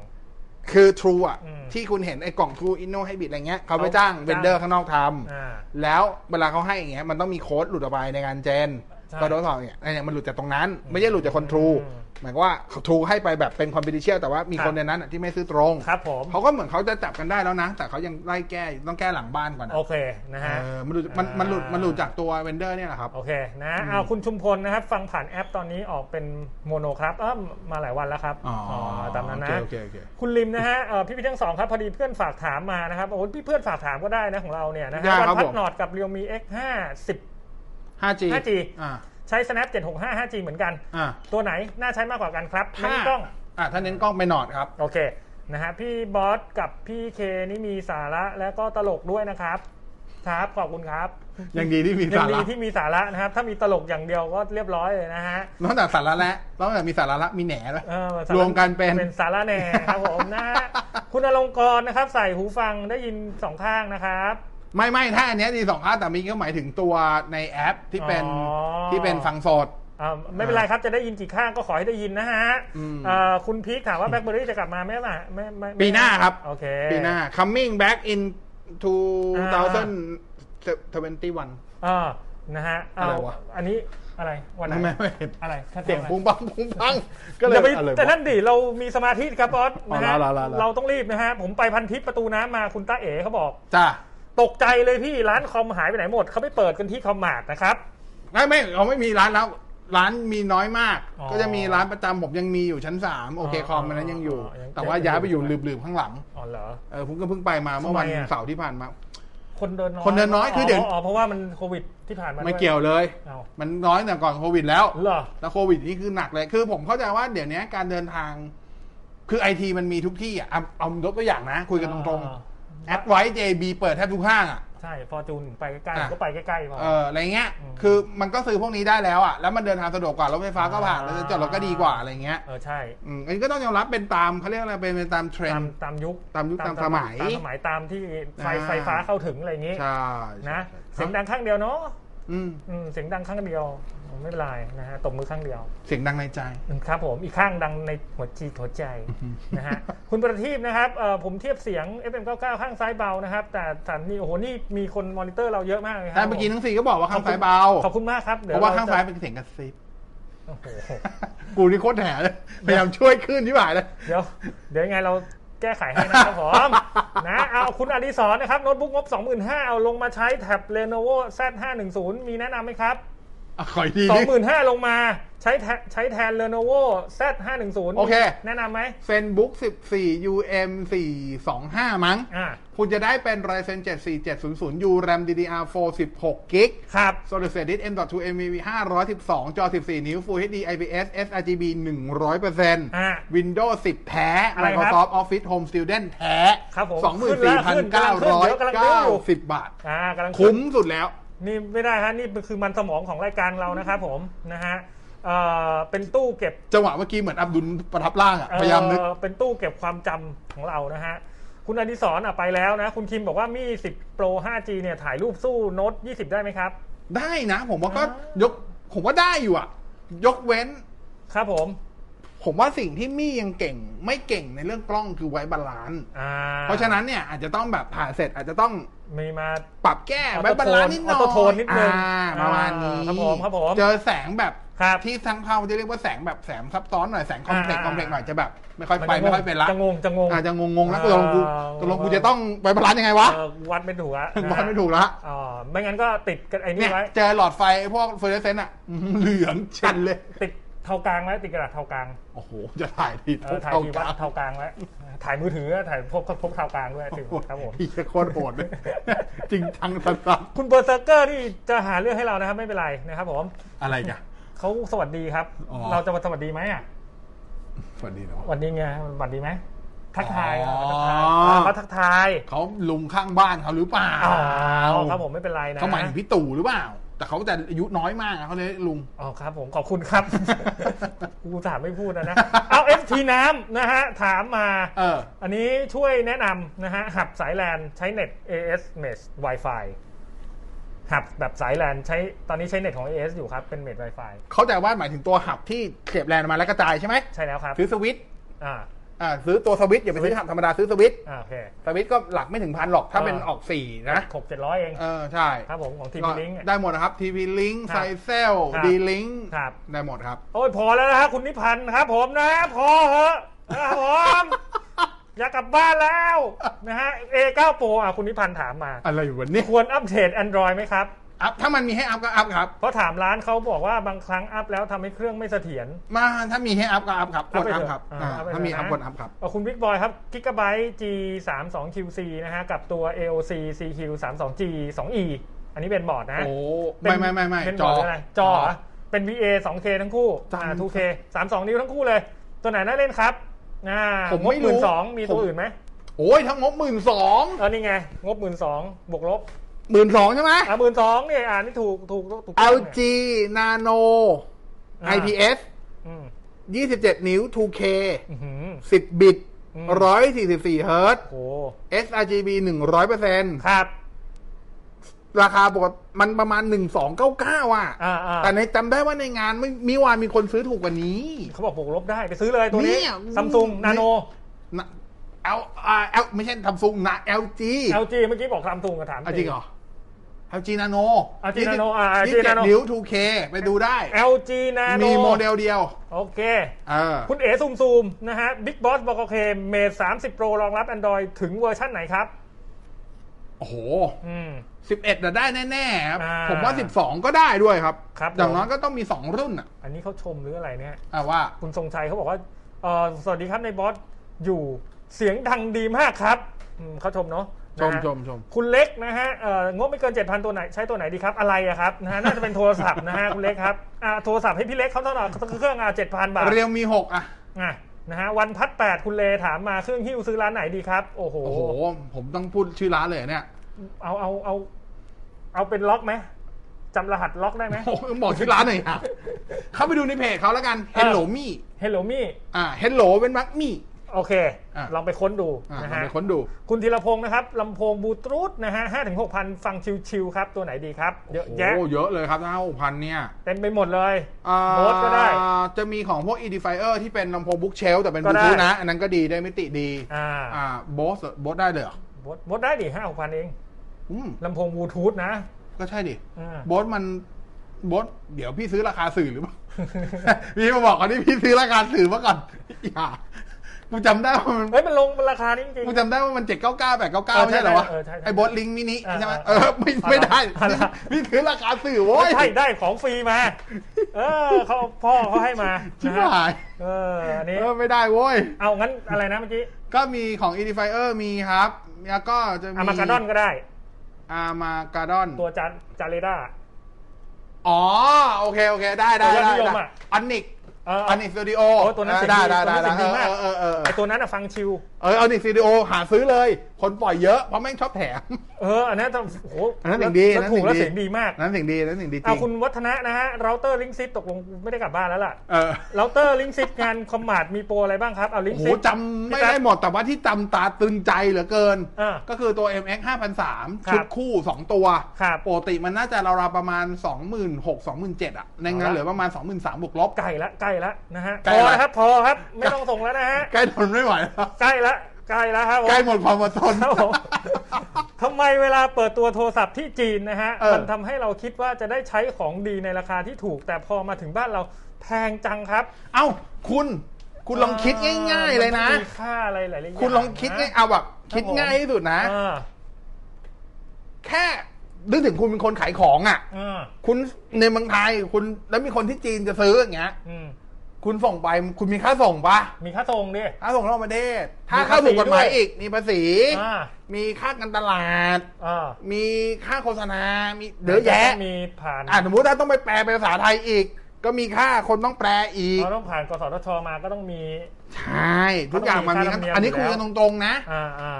C: คือ True อ่ะ
D: อืม
C: ที่คุณเห็นไอ้กล่อง True Inno Hybrid อะไรเงี้ยเขาไป
D: เขา
C: จ้าง
D: จ้าง
C: เวนเดอร์ข้างนอกท
D: อ่า
C: ำแล้วเวลาเขาให้อย่างเงี้ยมันต้องมีโค้ดหลุดออกไปในการเจน
D: ใช่
C: ก็โดนสอบเนี่ยไอ้เนี่ยมันหลุดจากตรงนั้น ไม่ใช่หลุดจากคน True
D: อืม
C: หมายความว่าเขา True ให้ไปแบบเป็นคอมเพติเชียลแต่ว่ามี
D: ครับ
C: คนในนั้นอะที่ไม่ซื้อตรง
D: ครับผม
C: เขาก็เหมือนเขาจะจับกันได้แล้วนะ แต่เขายังไล่แก้อยู่ต้องแก้หลังบ้านก่อนนะ
D: โอเคนะฮะ
C: เออมันหลุดมันมันหลุดมันหลุดจากตัวเวนเดอร์เนี่ยแหละครับ
D: โอเคนะเอาคุณชุมพลนะครับ ฟังผ่านแอปตอนนี้ออกเป็นโมโนครับเออมาหลายวันแล้วครับ
C: อ๋ออ๋
D: ตามนั้นนะ
C: โอเคโอเคโอเค
D: คุณลิมนะฮะเอ่อพี่พี่ทั้งสองครับ พอดีเพื่อนฝากถามมานะครับโอ้ยพี่เพื่อนฝากถามก็ได้นะของเราเนี่ยนะ
C: ได้ค
D: ฮะวั
C: รับผ
D: พัด
C: ม
D: หนอดกับเรียวมี X 5
C: 5G
D: 5G
C: อ่า
D: 0ใช้ Snap 765 5G เหมือนกัน
C: อ่า
D: ตัวไหนน่าใช้มากกว่ากันครับไม่มีกล้อง
C: อ่ะถ้าเน้นกล้องไปหนอดครับ
D: โอเคนะฮะพี่บอสกับพี่เคนี่มีสาระและก็ตลกด้วยนะครับครับขอบคุณครับ
C: ยังดีที่มี
D: ยั
C: สาง
D: ดี
C: ระ
D: ที่มีสาระนะครับ ถ้ามีตลกอย่างเดียวก็เรียบร้อยเลยนะฮะ
C: นอกจากสาระแล้วนอกจากมีสาระแล้วมีแหน่ด้วย
D: เออสาร
C: วมกันเป็น
D: เป็นสาระแหน่ครับผมนะ ฮะคุณอลงกรณ์นะครับ ใส่หูฟังได้ยินสองข้างนะครับ
C: ไม่ไม่ถ้าอันเนี้ยดีสองค่าแต่มีก็หมายถึงตัวในแอปที่เป็น
D: อ๋อ
C: ที่เป็นฟังสด
D: อ่าไม่เป็นไรครับจะได้ยินกี่ข้างก็ขอให้ได้ยินนะฮะ
C: อืม
D: เอ่อคุณพีคถามว่าแบล็คเบอรี่จะกลับมาไหมล่ะไม่ไม่ไม่
C: ปีหน้าครับ
D: โอเค
C: ปีหน้า coming back in
D: อ่
C: 2021
D: เออนะฮะ
C: อะ
D: เา
C: ไรวะ
D: อันนี้อะไรวันไหน
C: ทำไมไม่เห็น
D: อะไร
C: เสียง
D: อะไร
C: ปุ้งปังปุ้งปังก็เล
D: อย ย่าไป
C: อะไรวะ
D: แต่นั่นดิเรามีสมาธิครับบอสนะฮะ
C: เอาละเอาละเอาละ
D: เราต้องรีบนะฮะ ผมไปพันทิปประตูน้ำมาคุณต้าเอ๋เขาบอก
C: จ้า
D: ตกใจเลยพี่ร้านคอมหายไปไหนหมดเขาไปเปิดกันที่คอมมาร์ทนะครับ
C: ไม่ไม่เขาไม่มีร้านแล้ว ร้านมีน้อยมาก
D: อ๋อ
C: ก็จะมีร้านประจำผมยังมีอยู่ชั้นสามโอเคคอมมันนั้นยังอยู่
D: อ๋อยัง
C: แต่ว่าย้ายไปอยู่ลืบๆข้างหลัง
D: อ๋อเหรอ
C: เออผมก็เพิ่งไปมาเมื่อวัน
D: ทำไมอะ
C: เสาร์ที่ผ่านมา
D: คนเดินน้อย
C: คนเดินน้อยคือเดี๋ยว
D: อ๋อเพราะว่ามันโควิดที่ผ่านมาด้
C: ไม่เกี่ยวเลย
D: เอา
C: มันน้อยแต่ก่อนโควิดแล้ว
D: เหรอ
C: แล้วโควิดนี่คือหนักเลย คือผมเข้าใจว่าเดี๋ยวนี้การเดินทาง คือไอทีมันมีทุกที่อ่ะเอาเอายกตัวอย่างนะ คุยกันตรง
D: อ่า
C: ๆแอดไว้ JB เปิดแทบทุกห้างอ่ะ
D: ใช่พอจูนไปใกล้
C: อ่ะ
D: ๆก็ไปใกล้ๆพอ
C: เอออะไรเงี้ย
D: อืม
C: คือมันก็ซื้อพวกนี้ได้แล้วอ่ะแล้วมันเดินทางสะดวกกว่ารถไฟฟ้าก็ผ่าน
D: อ่า
C: แล้วจอดรถก็ดีกว่าอะไรเงี้ย
D: เออใช่
C: อืมอันนี้ก็ต้องยอมรับเป็นตามเขาเรียกอะไรเป็นตามเทรน
D: ตาม
C: ด์
D: ตามยุค
C: ตามยุคตามสมัย
D: ตามสมัยตามที่ไฟ
C: อ่า
D: ไฟฟ้าเข้าถึงอะไรอย่างงี้
C: ใช่
D: นะ
C: ใช่
D: เสียงดังข้างเดียวเนาะ
C: อืม
D: อืมเสียงดังข้างเดียวไม่เป็นไรนะฮะตบมือข้างเดียว
C: เสียงดังในใจ
D: ครับผมอีกข้างดังในหัวจีหัว ใจนะฮะคุณประทีปนะครับเอ่อผมเทียบเสียง FM99 ข้างซ้ายเบานะครับ แต่สันนี่โอ้โหนี่มีคนมอนิเตอร์เราเยอะมากเลยครั
C: แต่เมื่อกี้ทั้งสี่ก็บอกว่าข้างซ้ายเบา
D: ขอบคุณมากครับดี๋ย
C: เพราะว่า
D: จ
C: ข้างซ้ายเป็นเสียงกระซิบ
D: โอ้โห
C: กูนี่โคตรแหน่เลยพยายามช่วยขึ้นที่หมายเลย
D: เดี๋ยวเดี๋ยวยังไงเราแก้ไขให้ นะครับผมนะเอาคุณอดิศรนะครับโน้ตบุ๊กงบ 25,000เอาลงมาใช้แท็บ Lenovo Z510 มีแนะนำไหมครับ
C: อ่ะขออีกที
D: สอง
C: ดิ
D: หมื่นห้าลงมาใช้แทใช้แทน Lenovo Z ห้าหนึ่งศูนย์
C: โอเค
D: แนะนำไหม
C: เซนบุ๊ก14 UM 425 มั้ง
D: อ่า
C: คุณจะได้เป็น Ryzen 7 4700 U RAM DDR4 16 g b
D: ครับ
C: Solid State Disk M.2 MVV 512 จอ 14 นิ้ว Full HD IPS sRGB
D: อ่ะ
C: 100% Windows 10 แท้
D: อะไรครับ
C: Microsoft Office Home Student แท้
D: ครับผมขึ้นแล้วขึ้นแล้วขึ้
C: 24,990
D: น
C: บาท
D: อ่ากำลัง
C: คุ้มสุดแล้ว
D: นี่ไม่ได้ฮะ นี่คือมันสมองของรายการเรานะครับผมนะฮะเอ่อเป็นตู้เก็บ
C: จังหวะเมื่อกี้เหมือนอับดุลประทับร่างอ่ะ พยายามนึก
D: เอ่อเป็นตู้เก็บความจำของเรานะฮะ คุณอดิศรอ่ะไปแล้วนะ คุณคิมบอกว่ามี่10 Pro 5G เนี่ยถ่ายรูปสู้โน้ต20 ได้ไหมครับ
C: ได้นะ ผมว่าก็
D: อ่
C: ยก ผมว่าได้อยู่อ่ะ ยกเว้น
D: ครับผม
C: ผมว่าสิ่งที่มี่ยังเก่ง ไม่เก่งในเรื่องกล้องคือไว้บาลานซ์
D: อ่า
C: เพราะฉะนั้นเนี่ยอาจจะต้องแบบถ่ายเสร็จอาจจะต้อง
D: มีมา
C: ปรับแก้ไว้บาลานซ์นิดหน่อย
D: ออโต้โทนนิดนึง
C: อ่าประมาณนี้
D: อ่าครับผมครับผม
C: เจอแสงแบบ
D: ครับ
C: ที่ทั้งเขาจะเรียกว่าแสงแบบแสงซับซ้อนหน่อยแสงคอมเพล็กซ์
D: อ่า
C: คอมเพล็กซ์หน่อยจะแบบ ไม่ค่อยไปไม่ค่อยเป็นละ
D: จะงงจะงง
C: อาจจะงงๆแล้วตกลงกู
D: อ่า
C: ตกลงกูจะต้องไว้บาลานซ์ยังไงวะ
D: เอ่อวัดไม่ถูกอะนะฮะ
C: บาลานซ์ไม่ถูกละ
D: อ๋อไม่งั้นก็ติดกันไอ้
C: เนี่
D: นี่
C: ย
D: ไว้
C: เจอหลอดไฟไอ้พวกเฟอร์เรสเซนต์อ่ะอื้อหือเหลืองชันเลย
D: ติดเท่ากลางไว้ติดกระดาษเท่ากลาง
C: โอ้โหจะถ่ายที
D: เออถ่าย
C: เท่า
D: ที่
C: กั
D: วัด
C: น
D: เท่ากลางไว้ถ่ายมือถือถ่ายพกพกเท่ากลางด้วยสิครับผม
C: อีกโคตรโหดเลยจริงทังสัสๆ
D: คุณเบอร์เซอร์เกอร์นี่จะหาเรื่องให้เรานะครับไม่เป็นไรนะครับผม
C: อะไรกัน
D: เขาสวัสดีครับ
C: อ๋อ
D: เราจะมาสวัสดีไหมอ่ะ
C: สวัสดีเนาะ
D: วันนี้ไงสวัสดีไหม ทักทาย
C: อ๋อ
D: ทักทายอ่าเขาทักทาย
C: เขาลุงข้างบ้านเขาหรือเปล่า
D: อ๋อครับผมไม่เป็นไรนะ
C: เขาหมายถึงพี่ตู่หรือเปล่า แต่เขาแต่อายุน้อยมากอะเขาเลยลุง
D: อ๋อครับผมขอบคุณครับ กูถามไม่พูดนะนะ เอาเอฟทีน้ำนะฮะ ถามมา
C: เออ
D: อันนี้ช่วยแนะนำนะฮะ หับสายแลนใช้เน็ต AS Mesh Wi-Fi หับแบบสายแลนใช้ตอนนี้ใช้เน็ตของ AS อยู่ครับ เป็นเม h Wi-Fi
C: เขาแต่ว่าหมายถึงตัวหับที่เสียบแลนมาแล้วกระจายใช่ไหม
D: ใช่แล้วครับ
C: ซื้อสวิตช์
D: อ่า
C: อ่าซื้อตัวสวิตช์อย่าไปซื้อหับธรรมดาซื้อสวิตช์
D: อ่าโอเค
C: สวิตช์ก็หลักไม่ถึงพันหรอกถ้า
D: เออ
C: เป็นออกสี่นะ
D: หกเจ็ดร้อยเอง
C: เออ ใช่
D: ครับผมของทีม
C: ก็
D: ลิงก์
C: ได้หมดนะครับทีวีลิง
D: ครับ
C: ไซเซล
D: ครับ
C: ดีลิง
D: ครับ
C: ได้หมดครับ
D: โอ้ยพอแล้วนะฮะคุณนิพันธ์ครับผมนะ พอเหอะนะครับผม อยากกลับบ้านแล้วนะฮะ A9 Pro อ่ะคุณนิพันธ์ถามมา
C: อะไรอยู่วันนี้
D: ควรอัปเดต Android ไหมครับ
C: อัพถ้ามันมีให้อัพก็อัพครับ
D: เพราะถามร้านเขาบอกว่าบางครั้งอัพแล้วทำให้เครื่องไม่เสถียร
C: มาถ้ามีให้อัพก็อัพครับกด
D: อั
C: อั
D: พ
C: พ
D: ไปเถอะ
C: ครับ
D: อ่า
C: อ่า
D: อัพไปเถอะ
C: ถ้ามี
D: นะ
C: อัพกดอัพครับ
D: เอาคุณบิ๊กบอยครับ Gigabyte G32QC นะฮะ กับตัว AOC CQ32G2E อันนี้เป็นบอร์ดนะ
C: โอ้
D: เป็น
C: ไม่ไม่ไม่ไม่
D: เป็น
C: จ
D: บ
C: อ
D: อร์ดอะไรจอเหรอเป็น VA 2K ทั้งคู่อ่า 2K 32 นิ้วทั้งคู่เลย ตัวไหนน่าเล่นครับอ่า
C: ผมไม่รู้
D: งบ12,000มีตัว
C: ผม
D: อื่นไหม
C: โอ้ยทั้งงบหมื่นสอง
D: เออนี่ไง งบหมื่นสองบวกลบ
C: หมื่นสองใช่ไหม
D: อ่ะหมื่นสองเนี่ยอ่านนี่ถูกถูกถูก
C: LG Nano
D: อ่า
C: IPS
D: อืม
C: 27 นิ้ว 2K
D: อื้อหือ
C: 10 บิต
D: อืม
C: 144 เฮิรตซ์
D: โห
C: sRGB 100%
D: ครับ
C: ราคาปกติมันประมาณ 1299 อ่ะ
D: อ่าอ่า
C: แต่ในจำได้ว่าในงานไม่มีวานมีคนซื้อถูกกว่านี้
D: เขาบอกบวกลบได้ไปซื้อเลยตัวนี้
C: เนี่ย
D: ซัมซุง
C: นี่
D: นาโน
C: นะ L อ่า L ไม่ใช่ทัมซุงนะ LG
D: LG เมื่อกี้บอกซัมซุงกับถาม
C: เอาจริงเหรอ LG Nano
D: LG Nano อ่า LG
C: 27
D: Nano
C: นิ้ว 2K ไปดูได้
D: LG นาโน
C: มีโมเดลเดียว
D: โอเค
C: เออ
D: คุณเอ๋ซูมซูมนะฮะบิ๊กบอสบอกโอเคเมทสามสิบโปรรองรับ Android ถึงเวอร์ชั่นไหนครับ
C: โอ้โห
D: อืม
C: 11น่ะได้แน่ๆครับ
D: อ่า
C: ผมว่า 12 ก็ได้ด้วยครับ
D: ครับ
C: อย่าง
D: ผม
C: น้อยก็ต้องมี 2 รุ่นอ่ะ
D: อันนี้เขาชมหรืออะไรเนี่ย
C: อ่ะว่า
D: คุณทรงชัยเขาบอกว่าเอ่อสวัสดีครับในบอสอยู่เสียงดังดีมากครับอืมเขาชมเนาะ
C: ชม
D: นะฮะ
C: ชมชม
D: คุณเล็กนะฮะเอ่องบไม่เกิน 7,000 ตัวไหนใช้ตัวไหนดีครับ อะไรอะครับนะฮะน่าจะเป็นโทรศัพท์นะฮะ คุณเล็กครับอ่าโทรศัพท์ให้พี่เล็กเขาเท่าไหร่เครื่องอ่ะ7,000 บาท
C: เรียวมี 6 อ่ะ
D: อ่ะนะฮะวันพัด8คุณเลถามมาเครื่องหิ้วซื้อร้านไหนดีครับ โอ้โห
C: โอ้โห ผมต้องพูดชื่อร้านเลยเนี่ย
D: เอาเอาเอาเอาเป็นล็อกไหมจำรหัสล็อกได้ไหม
C: โอ้โหบอกชื่อร้านหน่อยครับเข้าไปดูในเพจเขาแล้วกัน
D: เออ
C: Hello Me
D: เฮลโลมี่
C: อ่า Hello เป็นมักมี่
D: โอเค
C: อ่ะ
D: ลองไปค้นดู
C: อ่าล
D: นะ
C: อง
D: ฮะ
C: ไปค้นดู
D: คุณธีรพงศ์นะครับลำโพงบลูทูธนะฮะห้าถึงหกพันฟังชิวๆครับ ตัวไหนดีครับ เยอะแยะ
C: โอ้เยอะเลยครับเท่าพันเนี่ย
D: เต็มไปหมดเลย
C: อ่า
D: โน้ตก็ได้
C: จะมีของพวก Edifier ที่เป็นลำโพงบุ๊กเชลแต่เป็นบลู
D: ก็ได้
C: ทูธนะ อันนั้นก็ดีได้มิติดี
D: อ่า
C: อ่าโบสโบสได้เลยเหรอบ
D: ดบดได้ดิห้าหกพันเอง
C: อืม
D: ลำโพงบลูทูธนะ
C: ก็ใช่ดิ
D: อ่า
C: โบทมันโบทเดี๋ยวพี่ซื้ อราคาสื่อหรือเปล่า พี่มาบอกก่อนที่พี่ซื้อราคาสื่อมาก่อน อย่า กูจำได้ว่ามัน
D: เฮ้ยมันลงราคานี้จริง
C: กูจำได้ว่ามันเจ็ดเก้าเก้าแปดเก้าเก้า
D: เออใช่
C: ใช่เหรอวะ
D: เออใช่ใช่
C: ไอ้บอสลิงก์มินิ
D: อ่า
C: ใช่ไหม
D: อ่า
C: เออไม่ไม่ได้
D: เอาละ
C: นี่ถือราคาสื่อโว้ย
D: ไม่ใช่ได้ของฟรีมา เออเขาพ่อเขาให้มา
C: ชิบ
D: นะฮะ
C: หาย
D: เอออันนี้
C: เออไม่ได้โว้ย
D: เอางั้นอะไรนะเมื่อกี้
C: ก็มีของ Edifier มีครับ แล้วก็จะมี
D: อามากาดอนก็ได้
C: อามาการอน
D: ตัวจานจาเรด้า
C: อ๋อ โอเค โอเค ได้ได้
D: ตัวยอ
C: ได้
D: ดนิยม
C: ได้
D: อะ
C: อันนิก
D: เออ
C: อันนิกสตูดิโอ
D: โอ้ตัวนั้นเสียง
C: ได้
D: ดี
C: ได้
D: ตัวนั้
C: ได้
D: นเสียงดีมาก
C: เออเออเออ
D: ไอตัวนั้นอะฟังชิว
C: เอออันนิกสตูดิโอหาซื้อเลย คนปล่อยเยอะ เพราะแม่งชอบแถม
D: เออ อันนั้นต้องโอ้โห
C: อันนั้นเสียงดี
D: แล้วถูก
C: อั
D: แล้ว
C: นนั้นเสีย
D: เสีย
C: ง
D: ง
C: ดี
D: ดีมาก
C: นั่นสิ่งดีนั่นสิ่งดีจริ
D: เอา
C: ง
D: คุณวัฒนะนะฮะเราเตอร์ลิงซิตตกลงไม่ได้กลับบ้านแล้วล่ะ
C: เออ
D: เราเตอร์ลิงซิตงานคอมมาดมีโปรอะไรบ้างครับเอาลิ
C: โอ้
D: ง
C: โห
D: ซิต
C: จำไม่
D: พี่แป๊บ
C: ได้หมดแต่ว่าที่จำตาตึงใจเหลือเกิน
D: อ่า
C: ก็คือตัว MX 5003
D: ครับ
C: ชุดคู่ 2 ตัว
D: ครับ
C: ปกติมันน่าจะราวๆประมาณ 26,000 27,000อ่ะ ในงาน
D: เอาละ
C: เหลือประมาณ 23,000บวกลบ
D: ไก่ละไก่ละนะฮะ
C: ไก่
D: พอ
C: ละ
D: แล้วครับพอครับไม่ต้องส่งแล้วนะฮะ
C: ใกล้ทนไม่ไหวแล้ว
D: ใกล้ละใกล้ละครับผม
C: ใกล้หมดความอดทน
D: ครับผม ทำไมเวลาเปิดตัวโทรศัพท์ที่จีนนะฮะ
C: เออ
D: มันทำให้เราคิดว่าจะได้ใช้ของดีในราคาที่ถูก แต่พอมาถึงบ้านเราแพงจังครับ
C: เอ้า คุณ คุณลองคิดง่าย ๆ เลยนะ
D: มัมีค่าอะไรหลายๆอย่าง
C: คุณลองคิดง่าย
D: นะ
C: เอาแบบคิดง่ายที่สุดนะ
D: อ่า
C: แค่นึกถึงคุณเป็นคนขายของอ่ะ
D: อ่า
C: คุณในเมืองไทยคุณแล้วมีคนที่จีนจะซื้ออย่างเงี้ย
D: อืม
C: คุณส่งไปคุณมีค่าส่งปะ
D: มีค่าตรงดิ
C: ค่าส่งนอกประเทศ ถ้า
D: มี
C: เข้า
D: ภาษี
C: ถูกกฎหมาย
D: ด้วย
C: อีกมีภาษี
D: อ่า
C: มีค่าการตลาด
D: อ่า
C: มีค่าโฆษณา มีเยอะแยะ
D: มีผ่าน
C: อ่าสมมติถ้าต้องไปแปลเป็นภาษาไทยอีก ก็มีค่าคนต้องแปลอีก
D: เราต้องผ่านกสทชมาก็ต้องมี
C: ใช่ทุกอย่างมันมีขั้น
D: มันมีค่าธรรมเนียม
C: อันนี้คุยกันตรงๆนะ
D: อ่าอ่า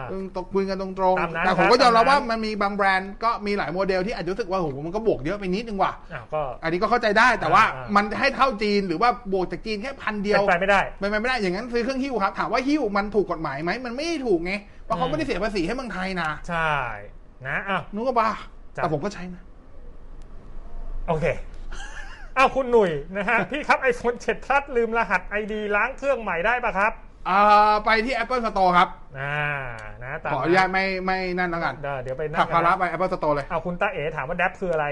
C: คุยกันตรง
D: ตามนั้
C: ๆ
D: น
C: แต่ผมก็
D: ครับ
C: ยอมรับ
D: ตามนั้น
C: ว่ามันมีบางแบรนด์ก็มีหลายโมเดลที่อาจจะรู้สึกว่าโหมันก็บวกเยอะไปนิดนึงว่ะ
D: อ้าวก็
C: อันนี้ก็เข้าใจได้แต่ว่า
D: อ่าอ่ามั
C: มันให้เท่าจีนหรือว่าบวกจากจีนแค่พันเดีย
D: เป็
C: วน
D: ไปไม่ได้
C: เป็นไปไม่ได้อย่างนั้นซื้อเครื่องหิ้วครับถามว่าหิ้วมันถูกกฎหมายไหมมันไม่ได้ถูกไงเพราะเขา
D: อืม
C: ไม่ได้เสียภาษีให้เมืองไทยนะ
D: ใช่ นะอ้าว
C: นึกว่าบ้า
D: จ้ะ
C: แต่ผมก็ใช้นะ
D: โอเค อ้าว คุณหนุ่ยนะฮะ พี่ครับ iPhone 7 Plus ลืมรหัส ID ล้างเครื่องใหม่ได้ปะครับ
C: อ่าไปที่ Apple Store ครับ
D: อ่านะตาม
C: ขออนุญาตไม่ไม่นั่นแล้วกัน
D: เดี๋ยวเดี๋ยวไปนั่
C: ถั
D: ง
C: ก
D: กั
C: ภานระ
D: นะ
C: ไป Apple Store เลย
D: อ้าวคุณตาเอ๋ถามว่าแดปคืออะไร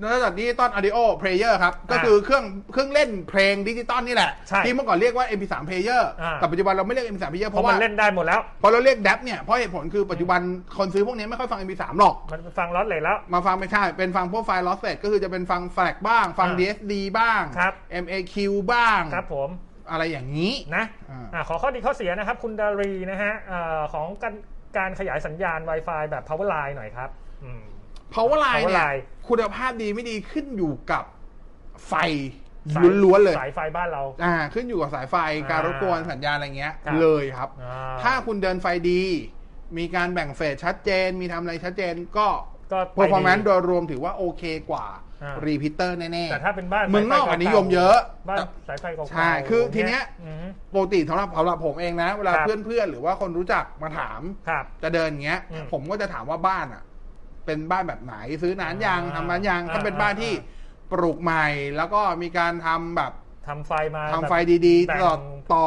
C: นอกจากดิจิตอลอ u d ดิโอเพลเยอร์ครับ ก็คือเครื่องเครื่องเล่นเพลงดิจิตอลนี่แหละ
D: ใช่
C: ที่เมื่อก่อนเรียกว่า MP3 player
D: อ่า
C: แต่ปัจจุบันเราไม่เรียก MP3 player
D: เพ
C: เพราะ
D: ราะมั
C: ว่าน
D: เล่นได้หมดแล้ว
C: พอเราเรียก DAP เนี่ย เพราะเหตุผลคือปัจจุบันคนซื้อพวกนี้ไม่ค่อยฟัง MP3 หรอก
D: มันฟังล็อตเลยแล้ว
C: มาฟังไม่ใช่ เป็นฟังพวกไฟล์ lossless ก็คือจะเป็นฟังแฟลกบ้าง ฟัง
D: อ่า
C: DSD บ้าง
D: ครับ
C: MAQ บ้าง
D: ครับผม
C: อะไรอย่างนี้
D: นะ
C: อ่า
D: อ่าขอข้อดีข้อเสียนะครับ คุณดารีนะฮะอ่าของการการขยายสัญญาณ Wi-Fi แบบ Powerline หน่อยครับ อืม
C: Powerline เนี่ย
D: Powerline
C: คุณภาพดีไม่ดีขึ้นอยู่กับไฟ
D: สา
C: ล้วนๆเลย
D: สายไฟบ้านเรา
C: อ่าขึ้นอยู่กับสายไฟการรบกวนสัญญาณอะไรเงี้ย
D: ครับ
C: เลยครับ
D: อ่
C: ถ้าคุณเดินไฟดี มีการแบ่งเฟสชัดเจน มีทำอะไรชัดเจนก็
D: ก็ไปดี
C: performance โดยรวมถือว่าโอเคกว่า
D: อ่า
C: รีพิเตอร์แน่
D: แต่ถ้าเป็นบ้าน
C: เมืองนอก
D: ส
C: อั
D: ไฟ
C: นนิยมเยอะ
D: บ้าน
C: แต่
D: สายไฟเก่าๆ
C: ใช่คือทีเนี้ย
D: อืม
C: ๆปกติสำหรับสำหรับผมเองนะ เวลา
D: ครับ
C: เพื่อนๆ หรือว่าคนรู้จักมาถาม
D: ครับ
C: จะเดินอย่างเงี้ย
D: อืม
C: ผมก็จะถามว่าบ้านอ่ะ เป็นบ้านแบบไหนซื้อนานยาง
D: อ่า
C: ทำนานยาง
D: อ่า
C: ถ้าเป็นบ้านที่
D: อ่
C: ปลูกใหม่ แล้วก็มีการทำแบบ
D: ทำไฟมา
C: ทำไฟ
D: แบบ
C: ดี
D: แบ่
C: ๆ
D: ง
C: ต่อต่อ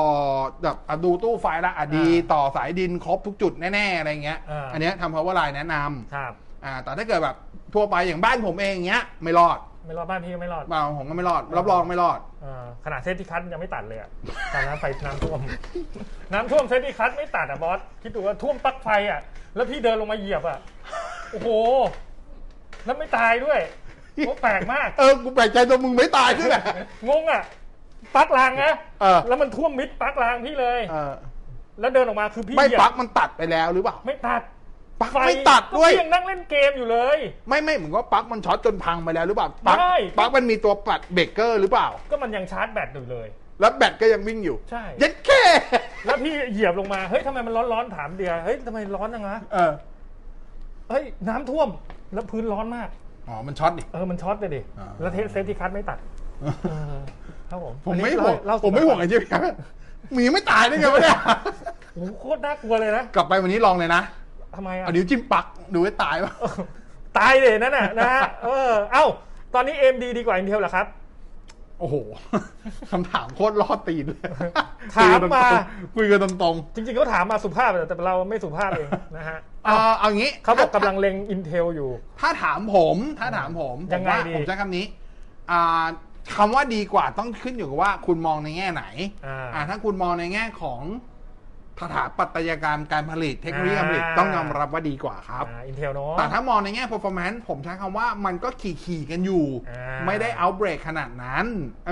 C: แบบอ่ะดูตู้ไฟละอ่ะดี
D: อ่า
C: ต่อสายดินครบทุกจุดแน่ๆอะไรเงี้ย
D: อ่า
C: นเนี้ยทำ power line แนะนำ
D: ครับ
C: อ่าแต่ถ้าเกิดแบบทั่วไปอย่างบ้านผมเองเงี้ย ไม่รอด
D: ไม่รอดบ้านพี่ก็ไม่รอด
C: บ้านผมก็ไม่รอด รับรองไม่รอด
D: เออขนาดเซฟที่คัทยังไม่ตัดเลยอะตอนนั้นไฟน้ำท่วม น้ำท่วมเซฟที่คัทไม่ตัดอ่ะบอส คิดดูว่าท่วมปลั๊กไฟอ่ะ แล้วพี่เดินลงมาเหยียบอ่ะ โอ้โห แล้วไม่ตายด้วยโอ้แปลกมาก
C: เออ กูแปลกใจตัวมึงไม่ตายด้วยแหละ
D: งงอ่ะ ปลั๊กรางนะ
C: เออ
D: แล้วมันท่วมมิดปลั๊กรางพี่เลย
C: เออ
D: แล้วเดินออกมาคือพี่
C: ไม่
D: เหยียบ
C: ปลั๊กมันตัดไปแล้วหรือเปล่า
D: ไม่ตัด
C: ปลั๊กไม่ตัดด้วย
D: ก็พี่ยังนั่งเล่นเกมอยู่เลย
C: ไม่ไม่เหมือนว่าปลั๊กมันช็อตจนพังไปแล้วหรือเปล่าปลั๊ก
D: ไม่
C: ปลั๊กมันมีตัวปัดเบรกเกอร์หรือเปล่า
D: ก็มันยังชาร์จแบตอยู่เลย
C: แล้วแบตก็ยังวิ่งอยู่
D: ใช่
C: เยัดแค่
D: แล้วพี่เหยียบลงมา เฮ้ยทำไมมันร้อนร้อนๆถามเดีย เฮ้ยทำไมร้อนจังวะ
C: เออ
D: เฮ้ยน้ำท่วม แล้วพื้นร้อนมาก
C: อ๋อมันช็อตดิ
D: เออมันช็อตไปดิ
C: อ่า
D: แล้วเทสเซฟที่คัทไม่ตัดเออครับผม
C: ผม
D: อันนี้
C: ไม่ห่วง
D: เล่า
C: ผมไม่ห่วง
D: เล่า
C: ไอ้เจ๊พี่ครับหมีไม่ตายได้ไงวะเนี่ย
D: โอ้โหโคตรน่ากลัวเลยนะ
C: กลับไปวันนี้ลองเลยนะ
D: ทำไมอ่ะ
C: เอานิ้วจิ้มปลั๊กดูให้ตายป่ะ
D: เออตายเลยนั่นน่ะนะฮะเออ เอ้า ตอนนี้เอ็มดีดีกว่าอินเทลเหรอครับ
C: โอ้โหคำถามโคตรล่อตีนเลย
D: ถามมา
C: คุยกันตรงๆคุยกันตรงๆ
D: จริงๆเขาถามมาสุภาพแต่เราไม่สุภาพเอง นะฮะ
C: เออเอางี้
D: เขาบอก
C: ถ้
D: กำลังเล็งอินเทลอยู่
C: ถ้าถามผมถ้าถามผมผ
D: ยัง
C: ม
D: ไง
C: ว่า
D: ดี
C: ผมใช้คำนี้อ่าคำว่าดีกว่าต้องขึ้นอยู่กับว่าคุณมองในแง่ไหน
D: อ่า
C: อ่าถ้าคุณมองในแง่ของ สถาปัตยกรรมการผลิตเทคโนโลยีการผลิต
D: อ่า
C: ต้องยอมรับว่าดีกว่าครับ
D: อินเทลเนาะ
C: แต่ถ้ามองในแง่ performance ผมใช้คำว่ามันก็ขี่ขี่ๆกันอยู่
D: อ่า
C: ไม่ได้ outbreak ขนาดนั้น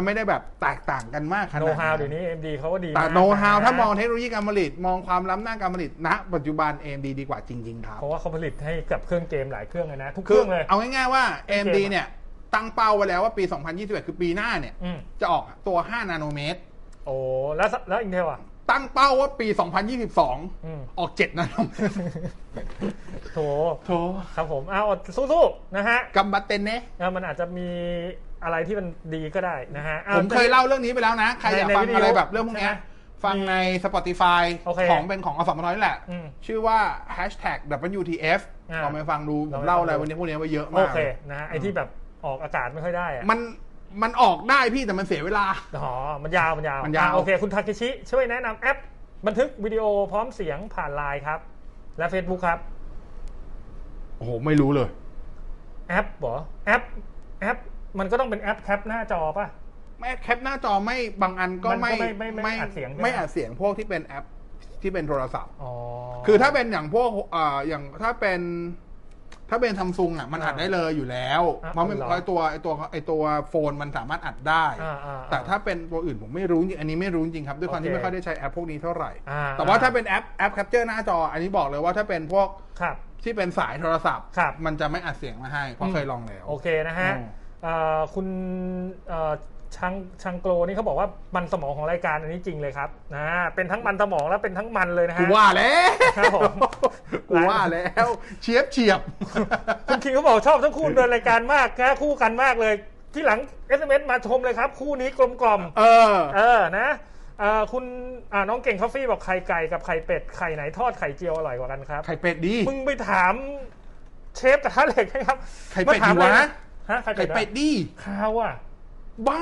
C: ไม่ได้แบบแตกต่างกันมากขนาด
D: โน้ตฮาว
C: นั้น
D: เดี๋ยวนี้ AMD เขาก็ดี
C: แต่
D: มก
C: โน้ตฮาว
D: ะ
C: ถ้ามองเทคโนโลยีการผลิต มองความล้ำหน้าการผลิตณปัจจุบัน AMD ดีกว่าจริง ๆ ครับ
D: เพราะว่าเขาผลิตให้กับเครื่องเกมหลายเครื่องเลยนะ ทุกเค
C: คือ
D: รื่องเลย
C: เอาง่ายๆว่า AMD
D: เกมอะ
C: เนี่ยตั้งเป้าไว้แล้วว่าปี 2021 คือปีหน้าเนี่ย
D: อืม
C: จะออกตัว 5 นาโนเมตร
D: โอ้แล้วสแล้วอินเทลอ่ะ
C: ตั้งเป้าว่าปี 2022
D: อืม
C: ออก 7 นาโนเมตร
D: โถ
C: โถ
D: ครับผมเอาสู้ๆนะฮะ
C: กัมบัตเตนเน่
D: แล้วมันอาจจะมีอะไรที่มันดีก็ได้นะฮะอ้าว
C: ผมเคยเล่าเรื่องนี้ไปแล้วนะ ใครอยาก
D: ในใน
C: ฟัง
D: วิดีโออ
C: อะไรแบบเรื่องพวกเนี้ย
D: ใช่ไหม
C: ฟังใน Spotify
D: โอเค
C: ของเป็นของอสมทนี่แหละ
D: อืม
C: ชื่อว่า hashtag WTF
D: อ่า
C: ลองไปฟังดูผ
D: ล
C: ม
D: องไป
C: เล่า
D: ฟัง
C: อะไร
D: ดู
C: วันนี้พวกเนี้ยไปเยอะ
D: โอ
C: มาก
D: เคนะฮะไอที่แบบออกอากาศไม่ค่อยได้อะ
C: มันมันออกได้พี่แต่มันเสียเวลา
D: อ๋อมันยาวมันยาว
C: มันยาว
D: อ่ะโอเค คุณทาเคชิช่วยแนะนำแอป บันทึกวิดีโอพร้อมเสียงผ่านไลน์ครับ และ Facebook ครับ
C: โอ้โห ไม่รู้เลย
D: แอปเหรอแอปแอป มันก็ต้องเป็นแอปแคปหน้าจอป่ะ
C: ไม่แคปหน้าจอไม่บางอันก็
D: มันก็
C: ไม่
D: ไม่ไม่ไม่อัดเสียงใช่ไหม
C: ไม่อัดเสียงพวกที่เป็นแอปที่เป็นโทรศัพท์
D: อ๋อ
C: คือถ้าเป็นอย่างพวกเอ่ออย่างถ้าเป็น ถ้าเป็นซัมซุงอ่ะมันอัด
D: อ่า
C: ได้เลยอยู่แล้ว
D: อ่า
C: เพราะมัน
D: เหรอ
C: เพราะไอ้ตัวไอตัวไอตัวโฟนมันสามารถอัดได้
D: อ่าอ่า
C: แต่ถ้าเป็นตัวอื่นผมไม่รู้จริงอันนี้ไม่รู้จริงครับด้วยความ
D: โอเค
C: ที่ไม่ค่อยได้ใช้แอปพวกนี้เท่าไหร่
D: อ่า
C: แต่ว่าถ้าเป็นแอปแอปแคปเจอร์หน้าจอ อันนี้บอกเลยว่าถ้าเป็นพวก
D: ครับ
C: ที่เป็นสายโทรศัพท์
D: ครับ
C: มันจะไม่อัดเสียงมาให้เพราะ
D: อืม
C: เคยลองแล้ว
D: โอเคนะฮะ
C: อืม
D: เอ่อคุณเอ่อชังชังโกลนี่เขาบอกว่ามันสมองของรายการอันนี้จริงเลยครับนะเป็นทั้งมันสมองและเป็นทั้งมันเลยนะ
C: กู
D: ฮะ
C: ว่าแล้ว
D: ครับผม
C: กูว่าแล้วเฉียบเฉียบ
D: คุณคิงเขาบอกชอบทั้งคู่เดินรายการมากนะคู่กันมากเลย ที่หลัง SMS มาชมเลยครับ คู่นี้กลมกล่อม
C: เออ
D: เออนะเอ่อคุณอ่าน้องเก่งคอฟฟี่บอกไข่ไก่กับไข่เป็ดไข่ไหนทอดไข่เจียวอร่อยกว่ากันครับ
C: ไข่เป็ดดี
D: มึงไปถามเชฟกระทะเหล็กนะครับ
C: ไข่เป็ด
D: มาถาม
C: ดีวะ
D: เลยนฮะไข่
C: ไข่
D: เป็
C: เป็ด
D: ดเหรอ
C: ดี
D: ข้าวอ่ะ
C: บ้า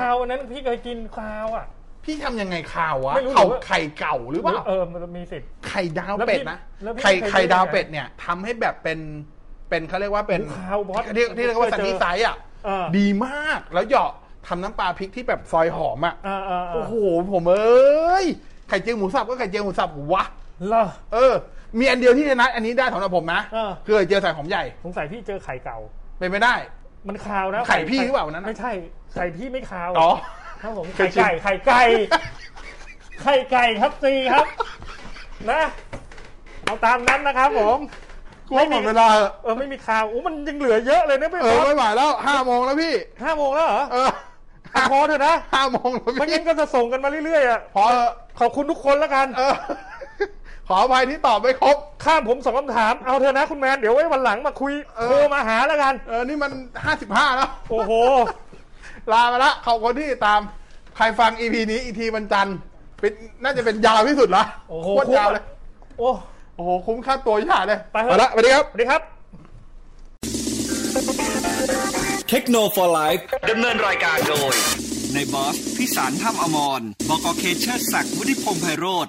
D: ข้าวอันนั้นพี่เคยกินข้าวอ่ะ
C: พี่ทำยังไงข่าววะ
D: ไม่รู้
C: เขา
D: หรือว่า
C: ไข่เก่าหรือเปล่า
D: เออมันมีสิทธิ์
C: ไข่ดาวเป็ดนะ
D: แล้วพี่
C: ไข่
D: แล้ว
C: ไข่
D: พี่เคยได้
C: ดาว
D: ไง
C: เป็ดเนี่ยทำให้แบบเป็นเป็นเขาเรียกว่าเป็น
D: หูขาวบอส
C: เรียกที่เรียกว่าสันนิสัยอ่ะ
D: เออ
C: ดีมากแล้วเหยาะทำน้ำปลาพริกที่แบบซอยหอมอ่ะ
D: เออเออเอ
C: โอ้
D: อ
C: โหผมเอ้ยไข่เจียวหมูสับก็ไข่เจียวหมูสับวะ
D: เหรอ
C: เออ มีอันเดียวที่ชนะอันนี้ได้สำหรับผมนะ
D: เออ
C: คือไข่เจียวใส่หอมใหญ่
D: สงสัยพี่เจอไข่เก่า
C: เป็นไปได้
D: มันคาวนะ
C: ไข่พี่หรือเปล่านั้นน่ะ
D: ไม่ใช่ไข่พี่ไม่คาว
C: อ๋อ
D: ครับผม
C: เค
D: ไข่
C: ยชิม
D: ไก่ไข่ไก่ไข่ไก่ครับซีครับ นะ เอาตามนั้นนะครับผม
C: กลัวหมดเวลาเหอะ
D: เออไม่มีคาวอู้มันยังเหลือเยอะเลยนะพี่
C: เอบ อ
D: อส
C: ไม่ไหวแล้วห้าโมงแล้วพี่
D: ห้าโมงแล้วเหรอ
C: เออ
D: อ่ะพอเถอะนะ
C: ห้าโมงแล้ว
D: ไมัน
C: พี่
D: งั้นก็จะส่งกันมาเรื่อยๆอ่ะ
C: พอเถอะ
D: ขอบคุณทุกคนแล้วกัน
C: เออ ขออภัยที่ตอบไม่ครบ
D: ข้ามผมสองคำถามเอาเถอะนะคุณแมนเดี๋ยวไว้วันหลังมาคุย
C: เออ
D: โทรมาหาแล้วกัน
C: เออ นี่มัน 55 แล้ว
D: โอ้โห
C: ลาไปละขอบคุณที่ติดตาม ใครฟัง EP นี้ EP วันจันทร์เป็นน่าจะเป็นยาวที่สุดละ
D: โอ้โห
C: โคตรยาวเลย
D: โอ้
C: โอ้โห คุ้มค่าตัวยิ่หาเลย
D: ไปเถอะ
C: ละสวัสดีครับ
D: สวัสดีครับ
A: เทคโนโลยีไลฟ์
E: ดำเนินรายการโดย
A: ในบอสพิสารถ้ำอมรบอกอเคเชอร์ศักดิ์วุฒิพงษ์ไพโรธ